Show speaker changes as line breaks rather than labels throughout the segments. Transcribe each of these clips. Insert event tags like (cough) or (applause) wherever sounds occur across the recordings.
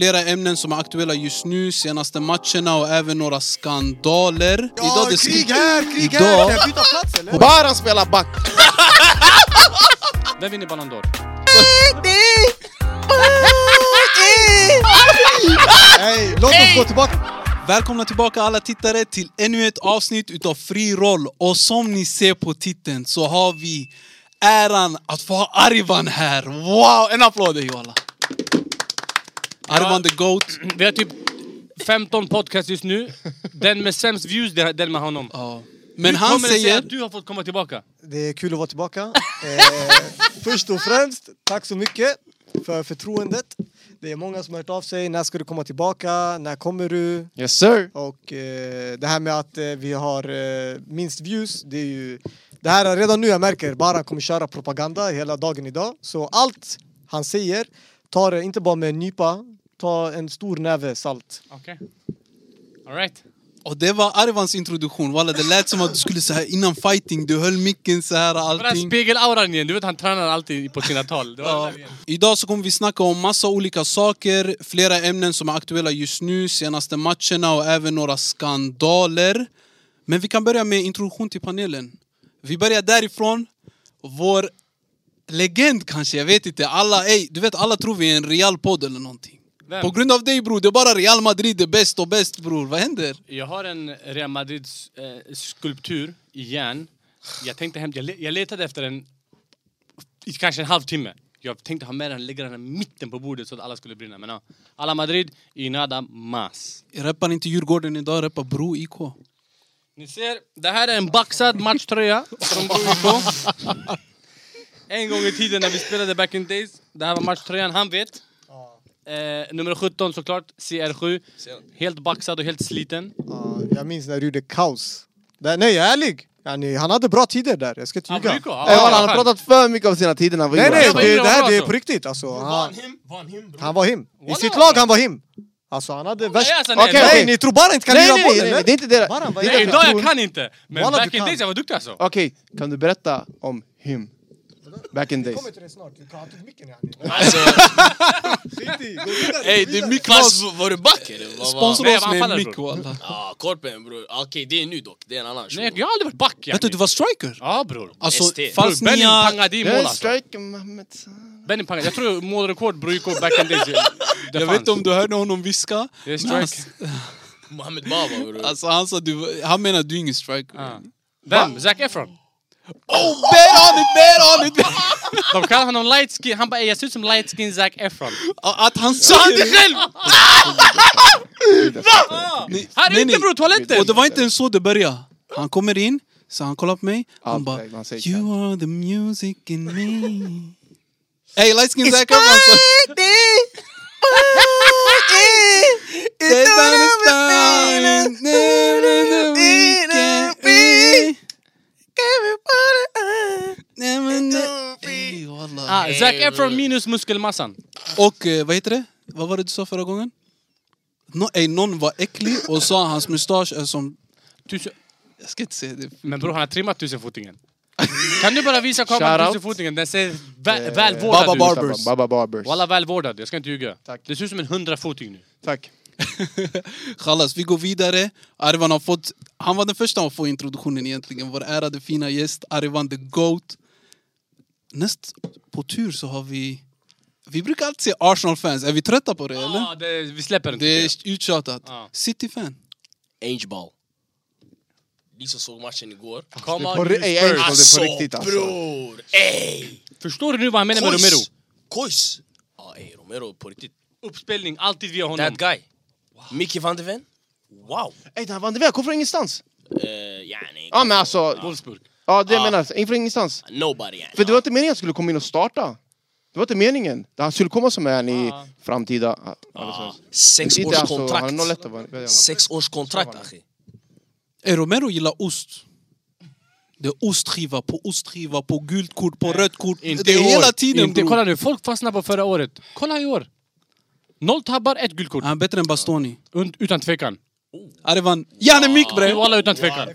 Flera ämnen som är aktuella just nu, senaste matcherna och även några skandaler. Idag det ska-
krig här, krig
Idag-
här! Kan jag byta plats eller?
Bara spela back!
Vem vinner Ballon d'Or?
Nej, låt oss gå tillbaka!
Välkomna tillbaka alla tittare till ännu ett avsnitt utav Fri Roll. Och som ni ser på titeln så har vi äran att få ha Arvan här. Wow! En applåd ey walla! Arvan the GOAT.
Vi har typ 15 podcasts just nu. Den med sämst views, det är den med honom.
Ja. Men
Hur
han
kommer det sig
säger...
att du har fått komma tillbaka.
Det är kul att vara tillbaka. Eh, först och främst, tack så mycket för förtroendet. Det är många som har hört av sig. När ska du komma tillbaka? När kommer du?
Yes sir!
Och eh, det här med att eh, vi har eh, minst views, det är ju... Det här är redan nu jag märker, bara kommer köra propaganda hela dagen idag. Så allt han säger, ta det inte bara med en nypa, ta en stor näve salt.
Okej. Alright.
Och det var Arvans introduktion. Walla, det lät som att du skulle säga innan fighting, du höll micken så här
Den här
allting.
spegelauran igen, du vet han tränar alltid på sina tal. Det var
Ja.
det där igen.
Idag så kommer vi snacka om massa olika saker, flera ämnen som är aktuella just nu, senaste matcherna och även några skandaler. Men vi kan börja med introduktion till panelen. Vi börjar därifrån. Vår legend kanske, jag vet inte. Alla, ey, du vet, alla tror vi är en Real-podd eller någonting.
Vem?
På grund av dig bror, det är bara Real Madrid är bäst och bäst bror. Vad händer?
Jag har en Real Madrids eh, skulptur i järn. Jag tänkte hämta, jag, le- jag letade efter den i kanske en halvtimme. Jag tänkte ha med den, lägga den i mitten på bordet så att alla skulle brinna. Men ja. Alla Madrid, i nada mas.
Jag rappar inte Djurgården idag, jag rappar Bro IK.
Ni ser, det här är en baxad matchtröja från Bro IK. En gång i tiden när vi spelade back in days, det här var matchtröjan, han vet. Eh, nummer 17 såklart, CR7. Helt baxad och helt sliten.
Ja, jag minns när du gjorde kaos. Där, nej, jag är ärlig. Ja, ni- han hade bra tider där, jag ska inte
Han
ljuga.
var IK, ja.
Äh, walla, han har pratat för mycket om sina tider när han var
Nej,
yngre,
nej,
alltså.
det, det här det är
alltså.
på riktigt. Alltså, han,
him? Var han him
han var him. I
Walla.
sitt lag han var him. Alltså, han hade värst...
alltså, nej,
Okej,
nej.
okej, ni tror bara inte kan
Nej,
lira
nej,
boll
nej, nej, det är
eller?
inte det.
Bara, vad
Det
är
är
Nej,
det?
idag
tror-
jag kan inte! Men
Walla,
back
du
in
kan.
days jag var duktig alltså.
Okej, kan du berätta om him? Back in days.
till det snart, du kan ta micken yani.
Alltså,
Ey, det är mycket
klass, var du back eller? Vad- vad-
Sponsra
Nej,
oss
vad
med en
faller,
mick
bror.
walla.
Ja, korpen bror. Okej, det är Ah, nu dock. Det är en annan
Nej,
show.
jag har aldrig varit back
Vänta, du var striker?
Ja bror.
Alltså,
ST.
fanns
Benny
nia...
pangade i mål
Jag är Mm,
alltså.
striker Mohammed.
Benny pangade. Jag tror målrekord Bro IK back in days. Det
Jag vet inte om du hörde honom viska.
Det är
men han-
strike.
Mohammed
(laughs)
Baba bror.
Alltså han sa du, han menar du är ingen striker.
Ja. Vem? Zac Efron?
Bet on it, bet on it!
De kallar honom light skin, han bara "Ey, jag ser ut som light skin Zac Efron.
Att han sa det själv! Nej,
Här är
nej,
inte
nej.
bror, toaletten!
Och det var inte ens så det började. Han kommer in, så han kollar på mig, han
Allt
bara
det man säger.
You are the music in (laughs) me Ey, light skin Zac Efron alltså. (laughs) It's time to the weekend uh, Never, never Ey, wallah.
Ah, Zac
Hey,
Efron
bror.
minus muskelmassan.
Och eh, vad heter det? Vad var det du sa förra gången? No, ey, någon var äcklig och sa att hans mustasch är som...
Tusen...
Jag ska inte säga det. (laughs)
Men bror han har trimmat tusenfotingen. kan du bara visa kameran
Shoutout.
tusenfotingen? Den ser vä
Eh,
välvårdad
Baba
ut.
Barbers.
Baba Barbers.
Walla välvårdad, jag ska inte ljuga.
Tack.
Det ser ut som en hundrafoting nu.
Tack.
Chalas, vi går vidare. Arvan har fått... Han var den första att få introduktionen egentligen. Vår ärade fina gäst, Arvan the GOAT. Näst på tur så har vi... Vi brukar alltid säga Arsenal-fans. Är vi trötta på det eller?
Ah, det, vi släpper den.
Det är uttjatat.
Ja.
City-fan.
Angeball. Ni som såg matchen igår.
Come on,
På,
you
ri- ey, ey,
Spurs.
på, det på riktigt alltså.
bror! Ey!
Förstår du nu vad han menar med
Kojs.
Romero?
Kojs! Ja, ey Ah, Romero på riktigt.
Uppspelning, alltid via honom.
That guy. Micke van de Ven. Wow!
Ey, han vann det väl? Kom från ingenstans.
Eh, yani...
Ja men alltså,
Wolfsburg.
ja det
Ah.
menas. In från ingenstans.
Nobody yani.
För det var inte meningen att han skulle komma in och starta. Det var inte meningen. Han skulle komma som en i
Ah.
framtida...
Ja.
Alldeles
Sex
Inte
års
alltså, han har
kontrakt.
lätt att vara...
Sex års kontrakt akhi.
Eh, Romero gillar ost. Det är ostskiva på ostskiva, på gult kort, på rött kort. det är
i år.
hela tiden
inte,
bror.
Kolla nu, folk fastnar på förra året. Kolla i år. Noll tabbar, ett gult kort.
Han är bättre än Bastoni.
Und- Utan tvekan.
Arvan, gärna mick
Det
bre!
är alla utan tvekan.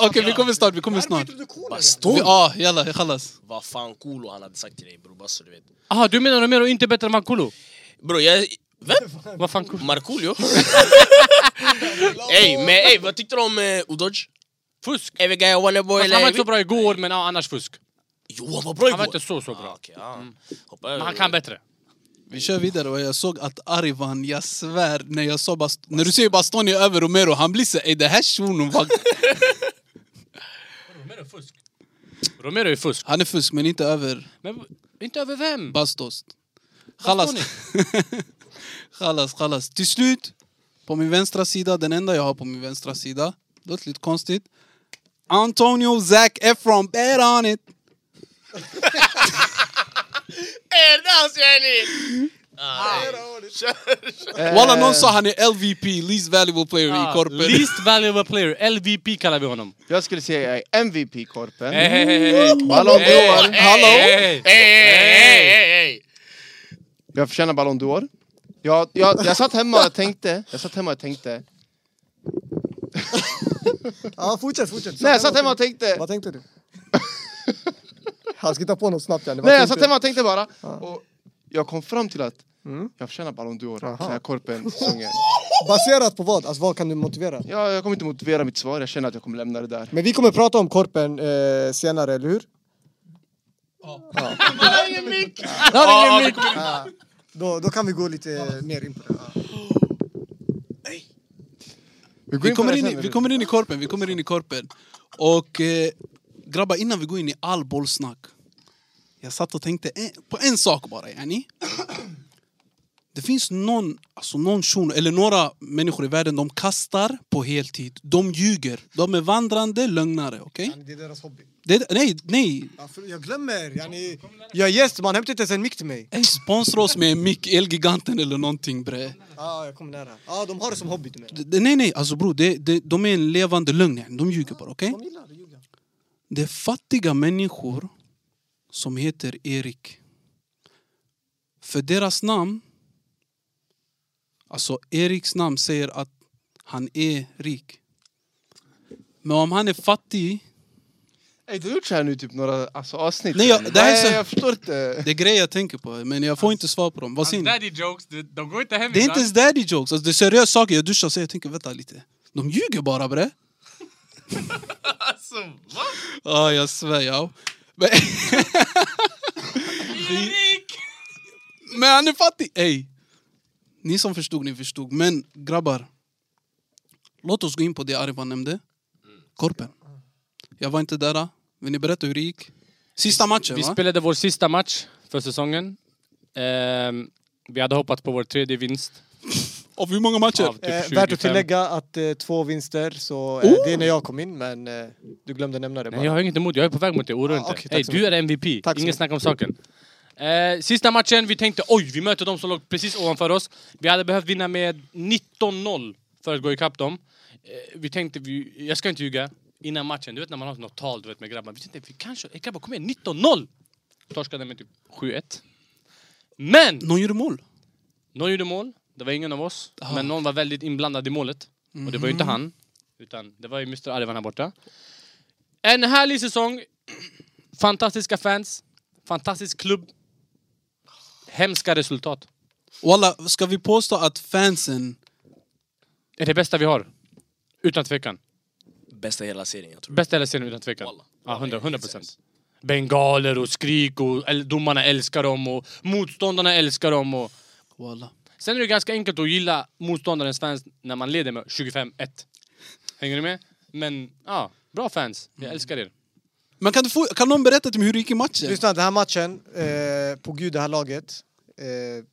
Okej vi kommer snart, vi kommer snart. Vi-
Baston!
Ja, jalla, khalas.
Vad fan Kolo han hade sagt till dig bror, bara så du vet.
Aha, du menar Romero inte bättre än Vankulu?
Bro, jag, Vem?
Vad fan cool.
Markoolio? Ey, men ey, vad tyckte du om eh, Udodge?
Fusk!
Ey, vilka är Wanneboy
Fast han var
eller...
inte så bra igår, men ja, annars fusk.
Jo, han var bra igår!
Han var inte så, så bra.
Ah, okej, ah. Hoppa
Men
över.
han kan bättre.
Vi kör vidare och jag såg att Arivan, jag svär, när, jag sa Bast- när du säger Bastoni över Romero, han blir så ey det här shunon var...
Romero är fusk. Romero är fusk.
Han är fusk men inte över
Men inte över vem?
Bastos. Chalas.
Bastoni.
(laughs) chalas, chalas. Till slut, på min vänstra sida, den enda jag har på min vänstra sida, låter lite konstigt. Antonio Zac Efron, bet on it!
Ey, dans yani!
Walla, någon sa han är LVP, least valuable player i
Eh. Ah,
korpen.
least valuable player, LVP kallar vi honom.
Jag skulle säga jag är MVP-korpen.
Hey, hey, hey, hey.
Ballon d'Or. Hallå?
Hey.
Ey, ey, ey, ey!
Jag förtjänar Ballon d'Or. Jag, jag, jag satt hemma och tänkte, jag satt hemma och tänkte.
Ja, fortsätt, fortsätt.
Nej, jag satt hemma och tänkte.
Vad tänkte du? Han ska ta på något snabbt yani. Vad
Nej, jag satt
tänkte du?
hemma och tänkte bara. Och jag kom fram till att jag förtjänar Ballon d'Or.
Aha.
Den här korpen-säsongen.
Baserat på vad? Alltså vad kan du motivera?
Jag, jag kommer inte motivera mitt svar, jag känner att jag kommer lämna det där.
Men vi kommer prata om korpen eh, senare, eller hur?
Ah, vi kommer-
Ja. Då, då kan vi gå lite mer in på det. Ja.
går
Vi
in på
kommer,
det
in i,
sen,
vi
eller?
kommer in i korpen, vi kommer in i korpen. Och eh, grabbar, innan vi går in i all bollsnack. Jag satt och tänkte eh, på en sak bara, yani. Det finns någon, alltså någon shuno, eller några människor i världen, de kastar på heltid. De ljuger. De är vandrande lögnare, okej?
Det är deras hobby.
Det- Nej, nej.
Ja, för jag glömmer. Yani, jag är gäst, man hämtar inte ens en mick till mig.
Ey, Sponsra oss med en mick, Elgiganten eller någonting bre.
Ja, jag kommer nära. Ja, de har det som hobby du menar.
Det- det- Nej, nej, alltså bror, det, det, de är en levande lögn. yani. De ljuger bara, okej?
De gillar det, Julia.
Det är fattiga människor som heter Erik. För deras namn, alltså Eriks namn säger att han är rik. Men om han är fattig,
Ey, du har gjort så här nu typ några alltså, avsnitt.
Nej, jag-
eller?
det här är så-
Nej, jag förstår inte.
det är grejer jag tänker på men jag
Alltså,
får inte svar på dem. Vad säger
Hans
ni?
daddy jokes, de, de går inte hem
Det är inte
ibland.
ens daddy jokes, alltså, det är seriösa saker. Jag duschar och säger jag tänker vänta lite. De ljuger bara bre.
(laughs) Alltså, va?
Ja, jag svär ja. Men,
(laughs) Erik!
men han är fattig! Ey! Ni som förstod, ni förstod. Men grabbar, låt oss gå in på det Arvan nämnde. Korpen. Jag var inte där. Vill ni berätta hur det gick? Sista matchen
Vi
va?
spelade vår sista match för säsongen. Ehm, vi hade hoppat på vår tredje vinst.
Av hur många matcher?
Av typ
Eh,
25.
värt att tillägga att eh, två vinster, så eh, det är när jag kom in, men eh, du glömde nämna det bara.
Nej, jag har inget emot, jag är på väg mot det, oroa
Ah,
dig inte.
okej, tack
Ey,
så
du är MVP,
Tack så
inget
mycket.
snack om saken. Eh, sista matchen, vi tänkte oj, vi möter dem som låg precis ovanför oss. Vi hade behövt vinna med 19-0 för att gå ikapp dem. Eh, vi tänkte, vi, jag ska inte ljuga, innan matchen, du vet när man har något tal du vet, med grabbarna. Vi tänkte, vi kanske, ey, grabbar kom igen, 19-0! Torskade med typ 7-1. Men!
Någon gjorde mål.
Någon gjorde mål, det var ingen av oss.
Ah.
Men någon var väldigt inblandad i målet. Och det var ju
Mhm.
inte han. Utan det var ju Mr Arvan här borta. En härlig säsong. Fantastiska fans. Fantastisk klubb. Hemska resultat.
Walla, ska vi påstå att fansen...
Det är det bästa vi har. Utan tvekan.
Bästa i hela serien, jag tror.
Bästa hela serien utan tvekan.
Wallah.
Ja, 100,
Wallah,
100
helt seriöst.
procent. Bengaler och skrik och äl- domarna älskar dem och motståndarna älskar dem. Och...
Walla.
Sen är det ganska enkelt att gilla motståndarens fans när man leder med 25-1. Hänger du med? Men ja, bra fans.
Mm.
Jag älskar er.
Men kan, du få, kan någon berätta till mig hur det gick i matchen?
Lyssna, den här matchen, eh, på gud det här laget. Eh,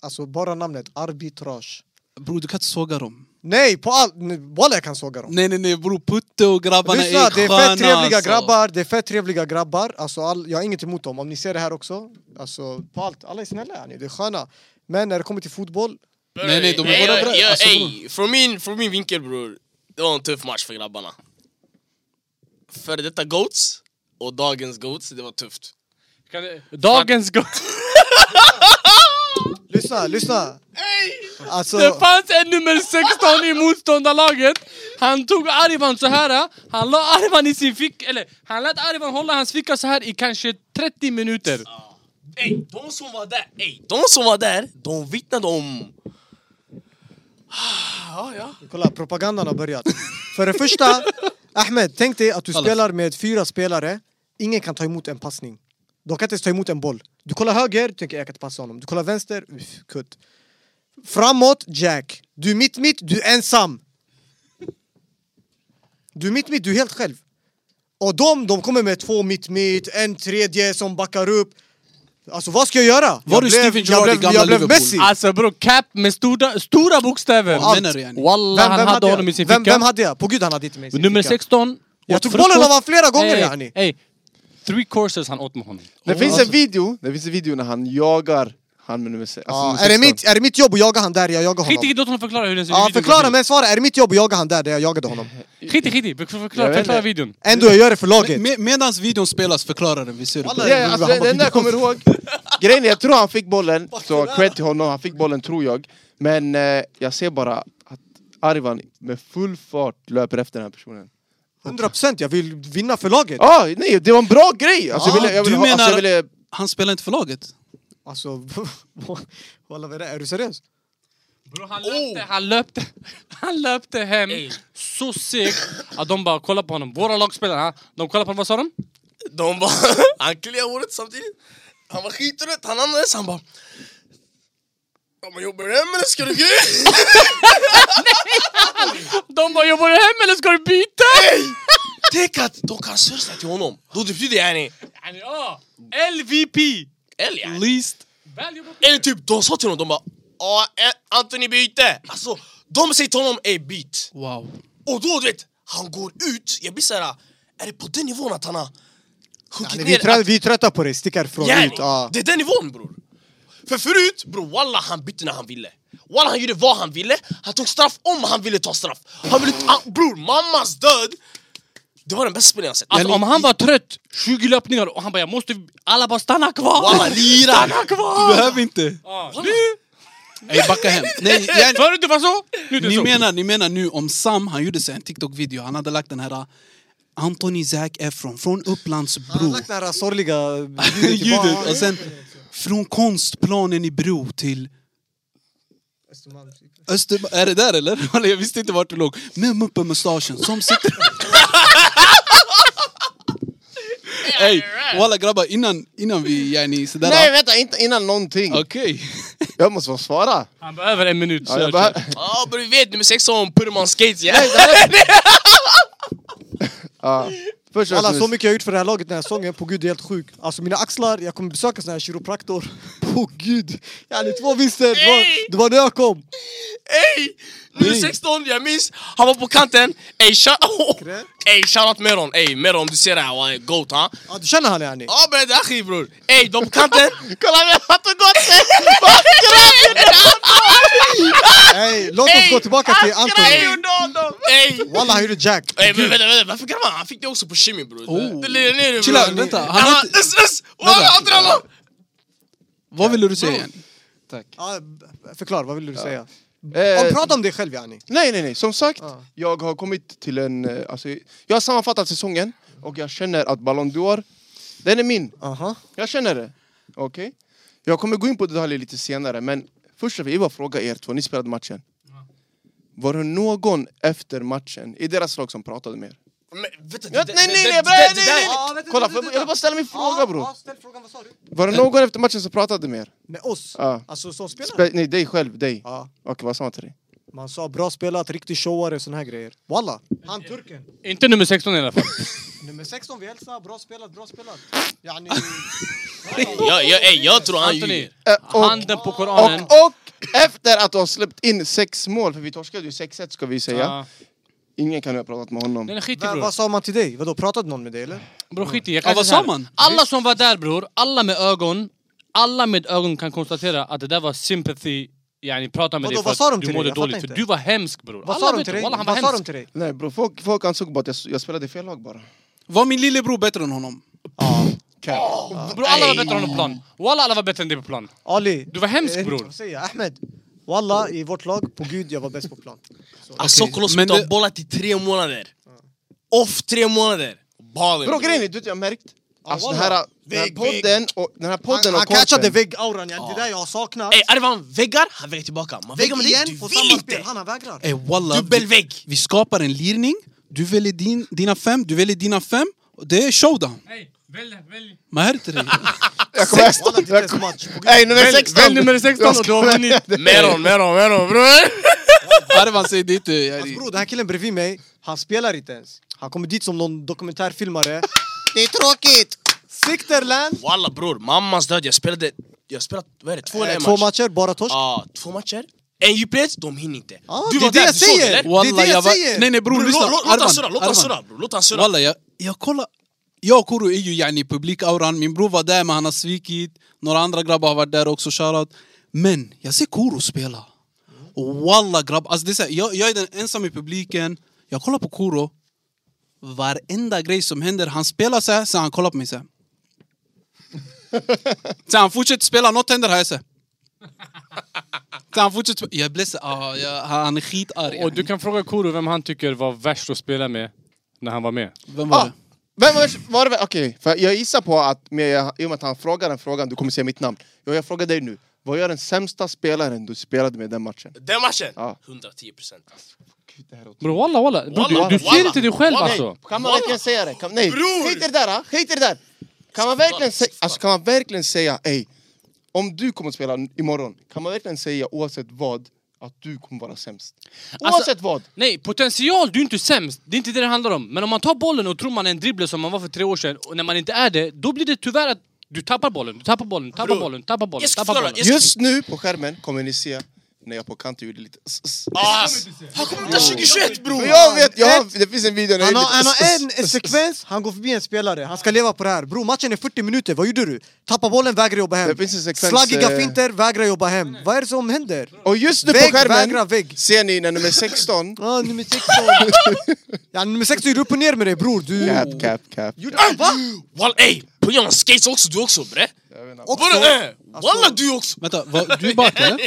alltså bara namnet, arbitrage.
Bror, du kan inte såga dem.
Nej, på allt! Walla jag kan såga dem.
Nej, nej, nej bror. Putte och grabbarna
Lyssna,
är
det är
sköna,
fett trevliga
alltså.
grabbar, det är fett trevliga grabbar. Alltså all, jag har inget emot dem, om ni ser det här också. Alltså, på allt, alla är snälla, yani, det är sköna. Men när det kommer till fotboll,
Nej, nej, de är
Ey,
båda
jag-
bra.
jag-
Alltså,
Ey, från min, från min vinkel bror, det var en tuff match för grabbarna. Före detta Goats och dagens Goats, det var tufft.
Dagens go-
lyssna, lyssna! Alltså,
(laughs) Det fanns en nummer 16 i motståndarlaget! Han tog Arvan så här. han la Arvan i sin ficka, eller han lät Arvan hålla hans ficka så här i kanske 30 minuter.
Ey, de som var där, ey, de som var där, de vittnade om... Ah, ja.
Kolla, propagandan har börjat. För det första, Ahmed, tänk dig att du
Kallas.
spelar med fyra spelare. Ingen kan ta emot en passning. De kan inte ens ta emot en boll. Du kollar höger, du tänker jag kan inte passa honom. Du kollar vänster, uff, kutt. Framåt, Jack. Du är mitt-mitt, du är ensam. Du är mitt-mitt, du är helt själv. Och de, de kommer med två mitt-mitt, en tredje som backar upp. Alltså vad ska jag göra?
Var
jag
du Steven Gerrard
jag
i
blev,
gamla
jag blev
Liverpool?
Messi.
Alltså bror, cap med stora, stora bokstäver!
Vad menar du, yani?
Wallah,
Vem,
han
vem
hade
jag?
honom i sin
vem,
ficka.
vem hade jag? På gud han hade inte mig i sin
Nummer
ficka.
16.
Jag
åt
tog bollen av
frukost.
honom flera gånger
Ey,
yani.
ey. Three courses han åt med honom.
Det finns en video, det finns en video när han jagar han med nummer se- alltså
Ja,
nummer
är, det
16.
mitt, är det mitt jobb att jaga han där jag jagar
Skit i,
honom?
låt honom förklara hur den ser
Ja,
videon
förklara
går
men svara, är det mitt jobb att jaga han där där jag jagade honom?
till. Skit i, skit i, För-
Jag
förklara,
vet
förklara
inte.
videon.
Ändå jag gör det för laget.
Me- medans videon spelas, förklara den. Vi ser det. på-
Ja, alltså, det, det enda jag kommer ihåg, grejen är jag tror han fick bollen, så cred till honom, han fick bollen tror jag. Men eh, jag ser bara att Arvan med full fart löper efter den här personen.
100% jag vill vinna för laget.
Ah, nej, det var en bra grej! Alltså, jag ville, jag
du
ville, ha- alltså,
menar-
jag ville,
Han spelar inte för laget.
Alltså, (laughs) walla vad är det? Är du seriös?
Bro, han, löpte, han, löpte, han löpte hem så segt att de bara kollade på honom. Våra lagspelare, de kollade på honom, vad sa de?
De bara... (laughs) han kliade håret samtidigt. Han var skitrött, han andades, han bara... Ja men jobbar du hem eller ska du gå ut?
De bara jobbar du hem eller ska du byta?
(laughs) Tänk att de kan sörsa till honom. Då det betyder yani...
Yani, ja. LVP!
Eller yani.
Least.
Väl jobbat.
Eller typ, de sa till honom, de bara... Ja, eh, Ä- Anthony byte! Alltså, de säger till honom, ey byt.
Wow.
Och då du vet, han går ut, jag blir såhär... Är det på den nivån att han har huggit
Nej, vi, är
ner...
trött, vi är trötta på dig, stick härifrån
Yani,
ut. Ja.
Det är den nivån bror. För förut, bror, walla han bytte när han ville. Walla han gjorde vad han ville, han tog straff om han ville ta straff. Han ville, han, bror, mammas död! Det var den bästa spelaren jag sett.
Alltså om han var trött, 20 löpningar och han bara jag måste, alla bara stanna kvar!
Walla lira!
Stanna
Du
kvar!
behöver inte.
Ja,
Walla.
Ey, backa hem. (laughs) Nej, yani-
Förut det var så, nu det är
Ni
så.
menar, ni menar nu om Sam, han gjorde sig en TikTok-video, han hade lagt den här Anthony Zac Efron från
Han har
Upplandsbro.
lagt den här sorgliga (laughs) ljudet alltså. i
(laughs) Ljudet
barn.
och sen från konstplanen i Bro till Öster... Är det där eller? (laughs) Walla, Jag visste inte vart du låg. Med muppen-mustaschen som sitter... Ey, walla grabbar innan, innan vi yani sådär...
nej vänta, inte innan någonting.
Okej.
Jag måste få svara.
Han behöver en minut.
Ja,
så
jag
jag
bara,
kör.
Ja bror, vi vet nummer 16, Purman Skates ja!
(laughs) ja. Först
Alla, så
så
mycket jag har gjort för det här laget den här säsongen, på gud det är helt sjuk. Alltså mina axlar, jag kommer besöka sån här kiropraktor. (laughs) På gud! Jag hade två vinster, det var, det var när jag kom.
Ey! Nummer 16, jag minns, han var på kanten, ey shoutout
Krä.
(laughs) Ey shoutout Meron, ey Meron om du ser det här, walla, goat ha!
Ja, du känner han yani?
Ja bre, det är skit bror! Ey, de var på kanten!
Kolla vem har tagit gott
Ey, låt oss gå tillbaka till Anthony.
Ey!
Walla han gjorde Jack.
Ey men vänta, vänta, varför grabbar han? Han fick det också på Shimmy bror!
Oh.
Det lirade ner det
Chilla,
bror!
vänta, han
Han
har
bara
inte-
öss öss! Walla, han drallar!
Vad ville du säga? yani?
Ja, förklara, vad vill du säga?
Eh,
Om, prata om dig själv yani.
Nej, nej, nej. Som sagt,
Ja.
jag har kommit till en... eh, Alltså, jag har sammanfattat säsongen och jag känner att Ballon d'Or, den är min.
Aha.
Jag känner det. Okej? Jag kommer gå in på detaljer lite senare, men först vill jag bara fråga er två, ni spelade matchen. Var det någon efter matchen i deras lag som pratade mer?
Men vänta,
Ja,
det-
nej,
det-
nej,
det-
nej,
det-
nej,
det-
nej,
det-
nej!
Ja, vänta,
Kolla,
vänta,
får-
vänta.
jag vill bara ställa min fråga bror.
ställ frågan, vad sa du?
Var det någon efter matchen som pratade mer?
Med oss?
Ja.
Alltså som spelare?
Spe- nej, dig själv, dig.
Ja.
Okej, vad sa han till dig?
Man sa bra spelat, riktig showare och såna här grejer. Walla! Han turken.
Inte nummer 16 i alla fall.
Nummer 16, vi hälsar, bra spelat, bra spelat.
Ah,
Yani...
Jag, jag, ey, jag tror han
Anthony,
ljuger.
Eh, och-
handen på Koranen.
Och, och efter att du har släppt in sex mål, för vi torskade ju 6-1 ska vi säga.
Ja.
Ingen kan ha pratat med honom.
Nej, nej, skit i
Vad,
bror.
vad sa man till dig? Vadå, pratade någon med dig eller?
Bror skit i, jag
Ja,
kan
vad
säga
sa
så här.
man?
Alla som var där bror, alla med ögon, alla med ögon kan konstatera att det där var sympathy Yani prata med
Vadå,
dig för
vad sa de
att du
till
mådde
dig? Jag fattar
dåligt, för
inte.
du var hemsk bror.
Vad
alla
sa de
vet
till
det.
dig?
Wallah, han var
Vad sa de
hemsk.
till dig?
Nej bro, folk, folk ansåg bara att jag, jag spelade i fel lag bara.
Var min lillebror bättre än honom?
Bror alla var
Ey.
bättre än honom på plan. Walla alla var bättre än dig på plan.
Ali.
Du var hemsk,
eh,
bror.
Vad säger jag? Ahmed. Walla, i vårt lag, på gud, jag var bäst på plan.
Assokolos
men
okay,
det-
har bollat i tre månader. Off tre månader. Balen
Bro grejen är, du vet, jag har märkt Alltså den
wallah.
här, den här
Vig,
podden och den här podden
Han,
och
han catchade
korpen.
vägg-auran, ja. det är det jag har saknat.
Ey Arvan, väggar, han väggar tillbaka. Man väggar med dig, du
på
vill
samma spel,
inte!
han han vägrar.
Ey wallah, vi,
Dubbelvägg!
vi skapar en lirning, du väljer din, dina fem, du väljer dina fem, och det är showdown.
Hej, välj, välj.
Men här är det
Jag kommer... (laughs)
Wallah, det är ens match. På
Ey nummer 16!
Välj nummer 16 och du har vunnit.
(laughs)
Meron, meron, meron bror!
Arvan säger eh, det inte. yani.
Alltså bror, den här killen bredvid mig, han spelar inte ens. Han kommer dit som någon
(laughs)
dokumentärfilmare. Det är tråkigt! Sikterland!
Walla bror, mammas död. Jag spelade, jag spelade, vad är det, två eller
Eh,
en
Två
match?
matcher, bara torsk.
Ja, två matcher. En djupled, de hinner inte.
Ah,
du
det
var
är det
där,
jag
du såg det
säger!
eller?
Wallah,
det är det jag
var-
säger.
Nej nej bror,
Bror,
lyssna.
låt- låt han
Arman,
surra, låt han
Arman.
surra bror, låt han surra.
Walla, jag, jag kollar. Jag och Koro är ju yani publikauran, min bror var där men han har svikit. Några andra grabbar har varit där också, shoutout. Men jag ser Koro spela. Och walla grabbar, alltså det är så här, jag, jag är den ensam i publiken. Jag kollar på Koro. Varenda grej som händer, han spelar så här, sen han kollar på mig så här. Sen han fortsätter spela, något händer här, jag så här. Sen han fortsätter spela, jag blir så ah, jag, han är skitarg.
Och du kan fråga Kuro vem han tycker var värst att spela med när han var med.
Vem var
Ah,
det?
vem var, var det? Okej, för jag gissar på att med, i och med att han frågar den frågan, du kommer säga mitt namn. Jag, jag frågar dig nu, vad gör den sämsta spelaren du spelade med i den matchen?
Den matchen,
Ja.
110 procent.
Bror walla walla, Bror,
Walla,
du, du
walla.
ser inte dig själv
Walla.
alltså.
Kan man
Walla.
verkligen säga det? Kan, nej,
Bror!
skit i det där! ah. Skit i det där! Kan man verkligen, sä, alltså, kan man verkligen säga, ey, om du kommer att spela n- imorgon, kan man verkligen säga oavsett vad, att du kommer vara sämst? Oavsett
Alltså-
vad!
Nej, potential, du är inte sämst. Det är inte det det handlar om. Men om man tar bollen och tror man är en dribbler som man var för tre år sedan, och när man inte är det, då blir det tyvärr att du tappar bollen, du tappar bollen, tappar
Bror,
bollen, tappar bollen,
jag ska
tappar
förklara,
bollen.
jag ska-
Just nu på skärmen kommer ni se när jag på kanten gjorde lite s- s-
Han kommer ta 2021 Ah, bror!
Men jag vet, jag har, det finns en video när
Han
jag
har,
gjorde
han
lite s-
har
s-
en
s-
sekvens, han går förbi en spelare, han ska leva på det här. Bror matchen är 40 minuter, vad gjorde du? Tappa bollen, vägrar jobba hem.
Det finns en sekvens,
Slaggiga
eh,
finter, vägrar jobba hem. Vad är det som händer?
Och just nu
Vägg,
på skärmen
vägra, vägg.
ser ni när
(laughs)
nummer 16...
Ah, nummer 16. (laughs) ja, nummer 16 är du upp och ner med dig bror. Du...
Cap, cap, cap.
Va? Walla ey! Ponera han skates också, du också bre!
Också,
Bror eh!
Alltså-
Walla du också!
Vänta, vad, du är back
(laughs)
eller?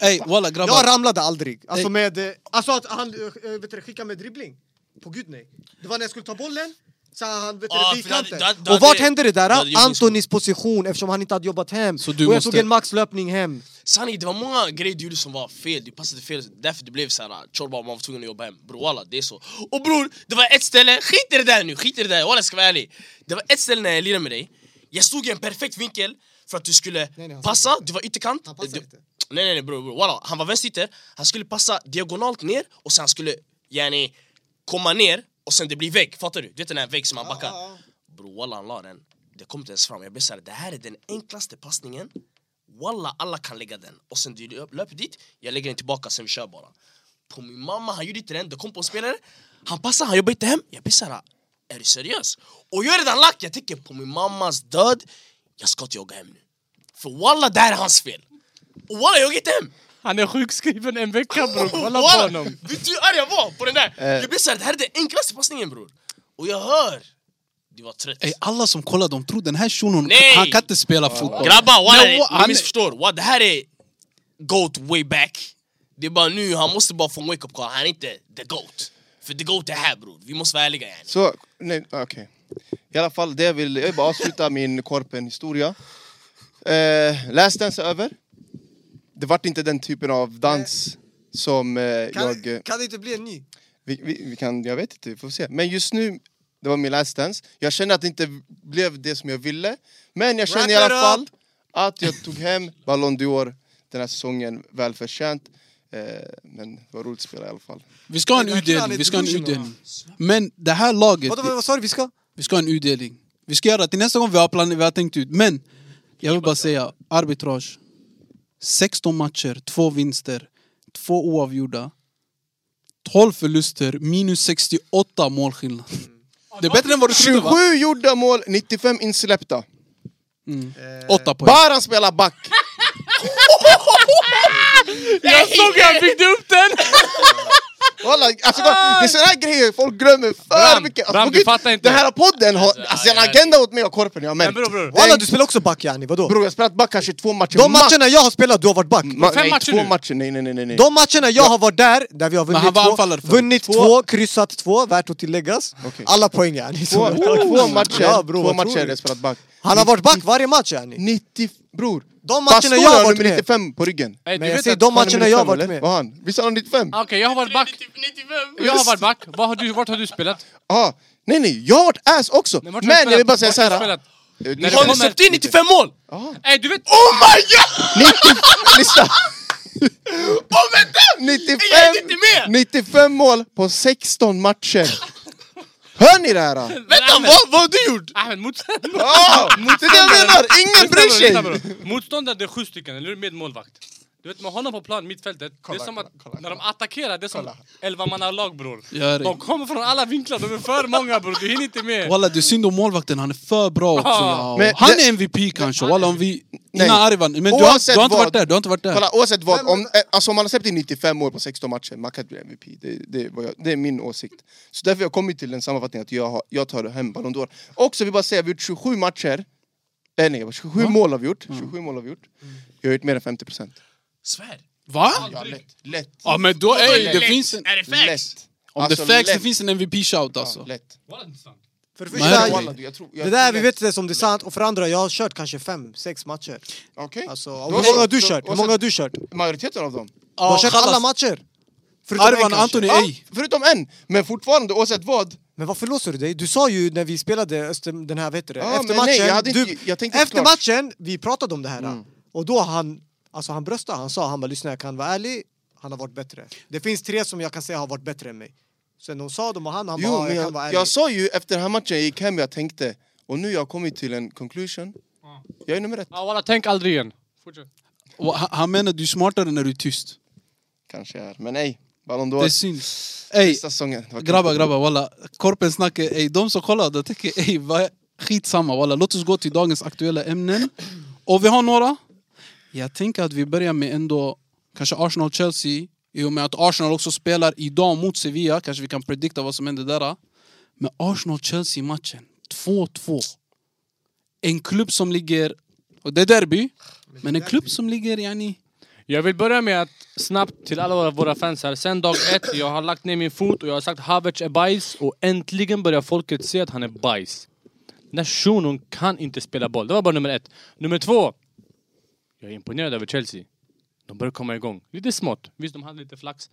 Ey walla
jag
grabbar,
ramlade aldrig. Alltså, med, eh, alltså att han eh, vet du, skickade med dribbling. På gud nej. Det var när jag skulle ta bollen. Så han vet
Ah,
du,
för du hade-
vikanten.
du hade- du
Och vart
hade-
hände det
du hade
där?
gjort
Antonis position eftersom han inte hade jobbat hem.
Så
Och
du
jag
måste-
tog en maxlöpning hem.
Sanning, det var många grejer du gjorde som var fel, du passade fel Därför du blev såhär chorba och man var tvungen att jobba hem Bror walla, det är så Och bror, det var ett ställe, skit i det där nu, skit i det där, walla jag ska vara ärlig Det var ett ställe när jag lirade med dig Jag stod i en perfekt vinkel för att du skulle
nej, han-
passa, du var ytterkant
Han passade
Du-
inte.
Nej nej nej bror, bror walla, han var vänsterytter Han skulle passa diagonalt ner och sen skulle yani komma ner och sen det blir vägg, fattar du? Du vet den här vägg som han backar
ja,
Bror walla han la den, det kom inte ens fram Jag blev såhär, det här är den enklaste passningen Walla alla kan lägga den Och sen du löp- löper dit, jag lägger den tillbaka sen vi kör bara På min mamma, han gjorde inte den, det kom på en spelare Han passade, han jobbade inte hem Jag blev såhär, är du seriös? Och jag är redan lack, jag tänker på min mammas död Jag ska inte jogga hem nu För walla det här är hans fel Och walla jag gick inte hem!
Han är sjukskriven en vecka bror, kolla på
Walla,
honom.
Vet du hur arg jag var på den där? Jag blev såhär, det här är den enklaste passningen bror Och jag hör, du var trött
ey, alla som kollar de tror den här shunon,
Nej!
han kan inte spela fotboll.
Grabbar, walla,
Nej, wa-
ni
han-
missförstår. Wa- Det här är GOAT way back. Det är bara nu, han måste bara få en wake-up call. Han är inte the GOAT. För the GOAT är här bror, vi måste vara ärliga yani.
Så, nej, okej. I alla fall, det jag vill jag vill bara avsluta min Korpen-historia. Eh, last Dance är över. Det vart inte den typen av dans som eh, jag... eh,
kan det inte bli en ny?
Vi, vi, vi kan, jag vet inte, vi får se. Men just nu, det var min last dance. Jag känner att det inte blev det som jag ville. Men jag känner i
Wrap
alla
it
fall att jag tog hem Ballon d'Or den här säsongen, välförtjänt. Eh, men det var roligt att spela i alla fall.
Vi ska ha en
Den här killen
utdelning,
är
vi ska ha en
delusional.
utdelning. Men det här laget,
Vadå, vad sa du vi ska?
vi ska ha en utdelning. Vi ska göra det till nästa gång vi har, plan, vi har tänkt ut. Men jag vill bara säga, arbitrage. 16 matcher, två vinster, två oavgjorda. 12 förluster, minus 68 målskillnad.
Mm.
Det är bättre än vad du trodde va?
27 gjorda mål, 95 insläppta.
8 poäng.
Bara spela back!
Jag såg han byggde upp den!
Walla, alltså, kolla, det är såna här grejer folk glömmer för
Bram,
mycket! Alltså,
Bram,
folk
du
inte-
fattar inte.
Den här podden har alltså, en
jag-
agenda åt mig och Korpen, jag
(laughs)
har
Men
märkt.
bror bror.
Walla du spelar också back yani, vadå?
Bror, jag har spelat back kanske två matcher
De
max.
matcherna jag har spelat, du har varit back.
Ma-
Fem
nej,
matcher
två
nu.
matcher, nej nej nej nej. nej.
De matcherna jag har varit där, där vi har
Men han
vunnit
var
två,
anfallare förut.
vunnit två, kryssat två, värt att tilläggas.
Okej.
Alla poäng yani. (laughs)
två, två matcher,
Ja, bror,
två
vad tror
matcher Mm.
du?
har jag spelat back.
Han har varit back varje match yani.
90, bror.
De matcherna
Pastore
jag har varit
nummer
med.
95 på ryggen.
Ey, du
Men jag
vet
säger
att-
de
Han är
matcherna jag har
95,
varit
eller?
med.
Var han? Visst är han 95?
Okej, jag har varit back.
95!
Jag har varit back. Vad har du, vart har du spelat?
Ah, nej nej, jag har varit ass också. Men,
Men vart har du
jag vill
spelat?
bara säga
Vart har du
såhär...
spelat?
eh,
När det
Har ni
kommer-
släppt in 95 mål?
Ey, du vet...
Oh my god!
90, (laughs) lyssna!
Oh, vänta! Jag är inte
95,
med!
95 mål på 16 matcher. Hör ni det här? ah?
Vänta,
Ahmed,
vad, vad har du gjort?
Ahmed, Äh, mot...
Ah, det är det jag menar, ingen bryr
Lyssna, bror,
sig!
lyssna, bror. Motståndare det är sju stycken, eller hur? Med målvakt. Du vet med honom på plan, mittfältet, det är som att när de attackerar, det är som elvamannalag bror.
Gör det.
De kommer från alla vinklar, de är för många bror, du hinner inte med.
Walla det är synd om målvakten, han är för bra också
Ah.
ja.
Men
Han
det-
är MVP kanske, walla om vi...
Nej.
Innan Arvan, men du har,
Oavsett
du har inte
vad-
varit där, du har inte varit där
Kolla, oavsett vad, om, eh, alltså om man har släppt in 95 mål på 16 matcher, man kan inte bli MVP. Det, det, är vad jag, det är min åsikt. Så därför har jag kommit till den sammanfattningen att jag, har, jag tar hem Ballon d'Or. Också vill bara säga, vi har gjort 27 matcher. Eh, nej, 27 mål har vi gjort.
Mm.
27 mål har vi gjort. Jag har gjort mer än 50 procent.
Svär!
Va?
Ja, lätt. Lätt.
Ja men då, ey, det finns en...
Är det facts?
lätt.
Om det
Alltså,
facts, det
lätt.
finns en MVP-shout alltså
Ja, lätt.
Walla, det är inte sant.
För det
Nej,
första,
Walla, du, jag tror- jag
det där vi
tror
vet inte om det är sant, och för andra, jag har kört kanske fem, sex matcher.
lätt. Okej.
Alltså,
Då
hur
så.
många har du
Så-
kört? Hur
och
många
sen-
har du kört?
Majoriteten av dem.
Du har kört alla
kallas-
matcher! Förutom en
Arvan,
kanske.
Antoni,
Ja,
ey!
förutom en. Men fortfarande, oavsett vad.
Men varför låser du dig? Du sa ju när vi spelade Öster, den här, vet du det,
Ja,
efter
men nej, jag
matchen,
hade
du,
inte- jag tänkte Mm. inte
efter
klart.
matchen, vi pratade om det här och då han, alltså han bröstade, han sa, han bara lyssna jag kan vara ärlig, han har varit bättre. Det finns tre som jag kan säga har varit bättre än mig. Sen de sa dem och han, han bara,
Jo,
"Ja,
men
jag, kan vara
jag,
ärlig.
jag sa ju efter den här matchen, jag gick hem, jag tänkte och nu har jag kommit till en conclusion. Jag är nummer ett.
Ja walla, tänk aldrig igen. Fortsätt.
Och han- Han menar du är smartare när du är tyst
Kanske jag är, men nej. Ballon
Det
d'Or,
syns Ey,
sista säsongen. Det var kul.
grabbar grabbar walla Korpen snackar, ey de som kollar de tänker ey vad skitsamma walla Låt oss gå till dagens aktuella ämnen Och vi har några Jag tänker att vi börjar med ändå kanske Arsenal-Chelsea I och med att Arsenal också spelar idag mot Sevilla kanske vi kan predikta vad som händer där Men Arsenal-Chelsea matchen 2-2 En klubb som ligger, och det är derby Men en klubb som ligger yani
Jag vill börja med att snabbt till alla våra- våra fans här. Sen dag ett, jag har lagt ner min fot och jag har sagt Havertz är bajs och äntligen börjar folket se att han är bajs. Den här shunon kan inte spela boll. Det var bara nummer ett. Nummer två. Jag är imponerad över Chelsea. De börjar komma igång. Lite smått. Visst, de hade lite flax.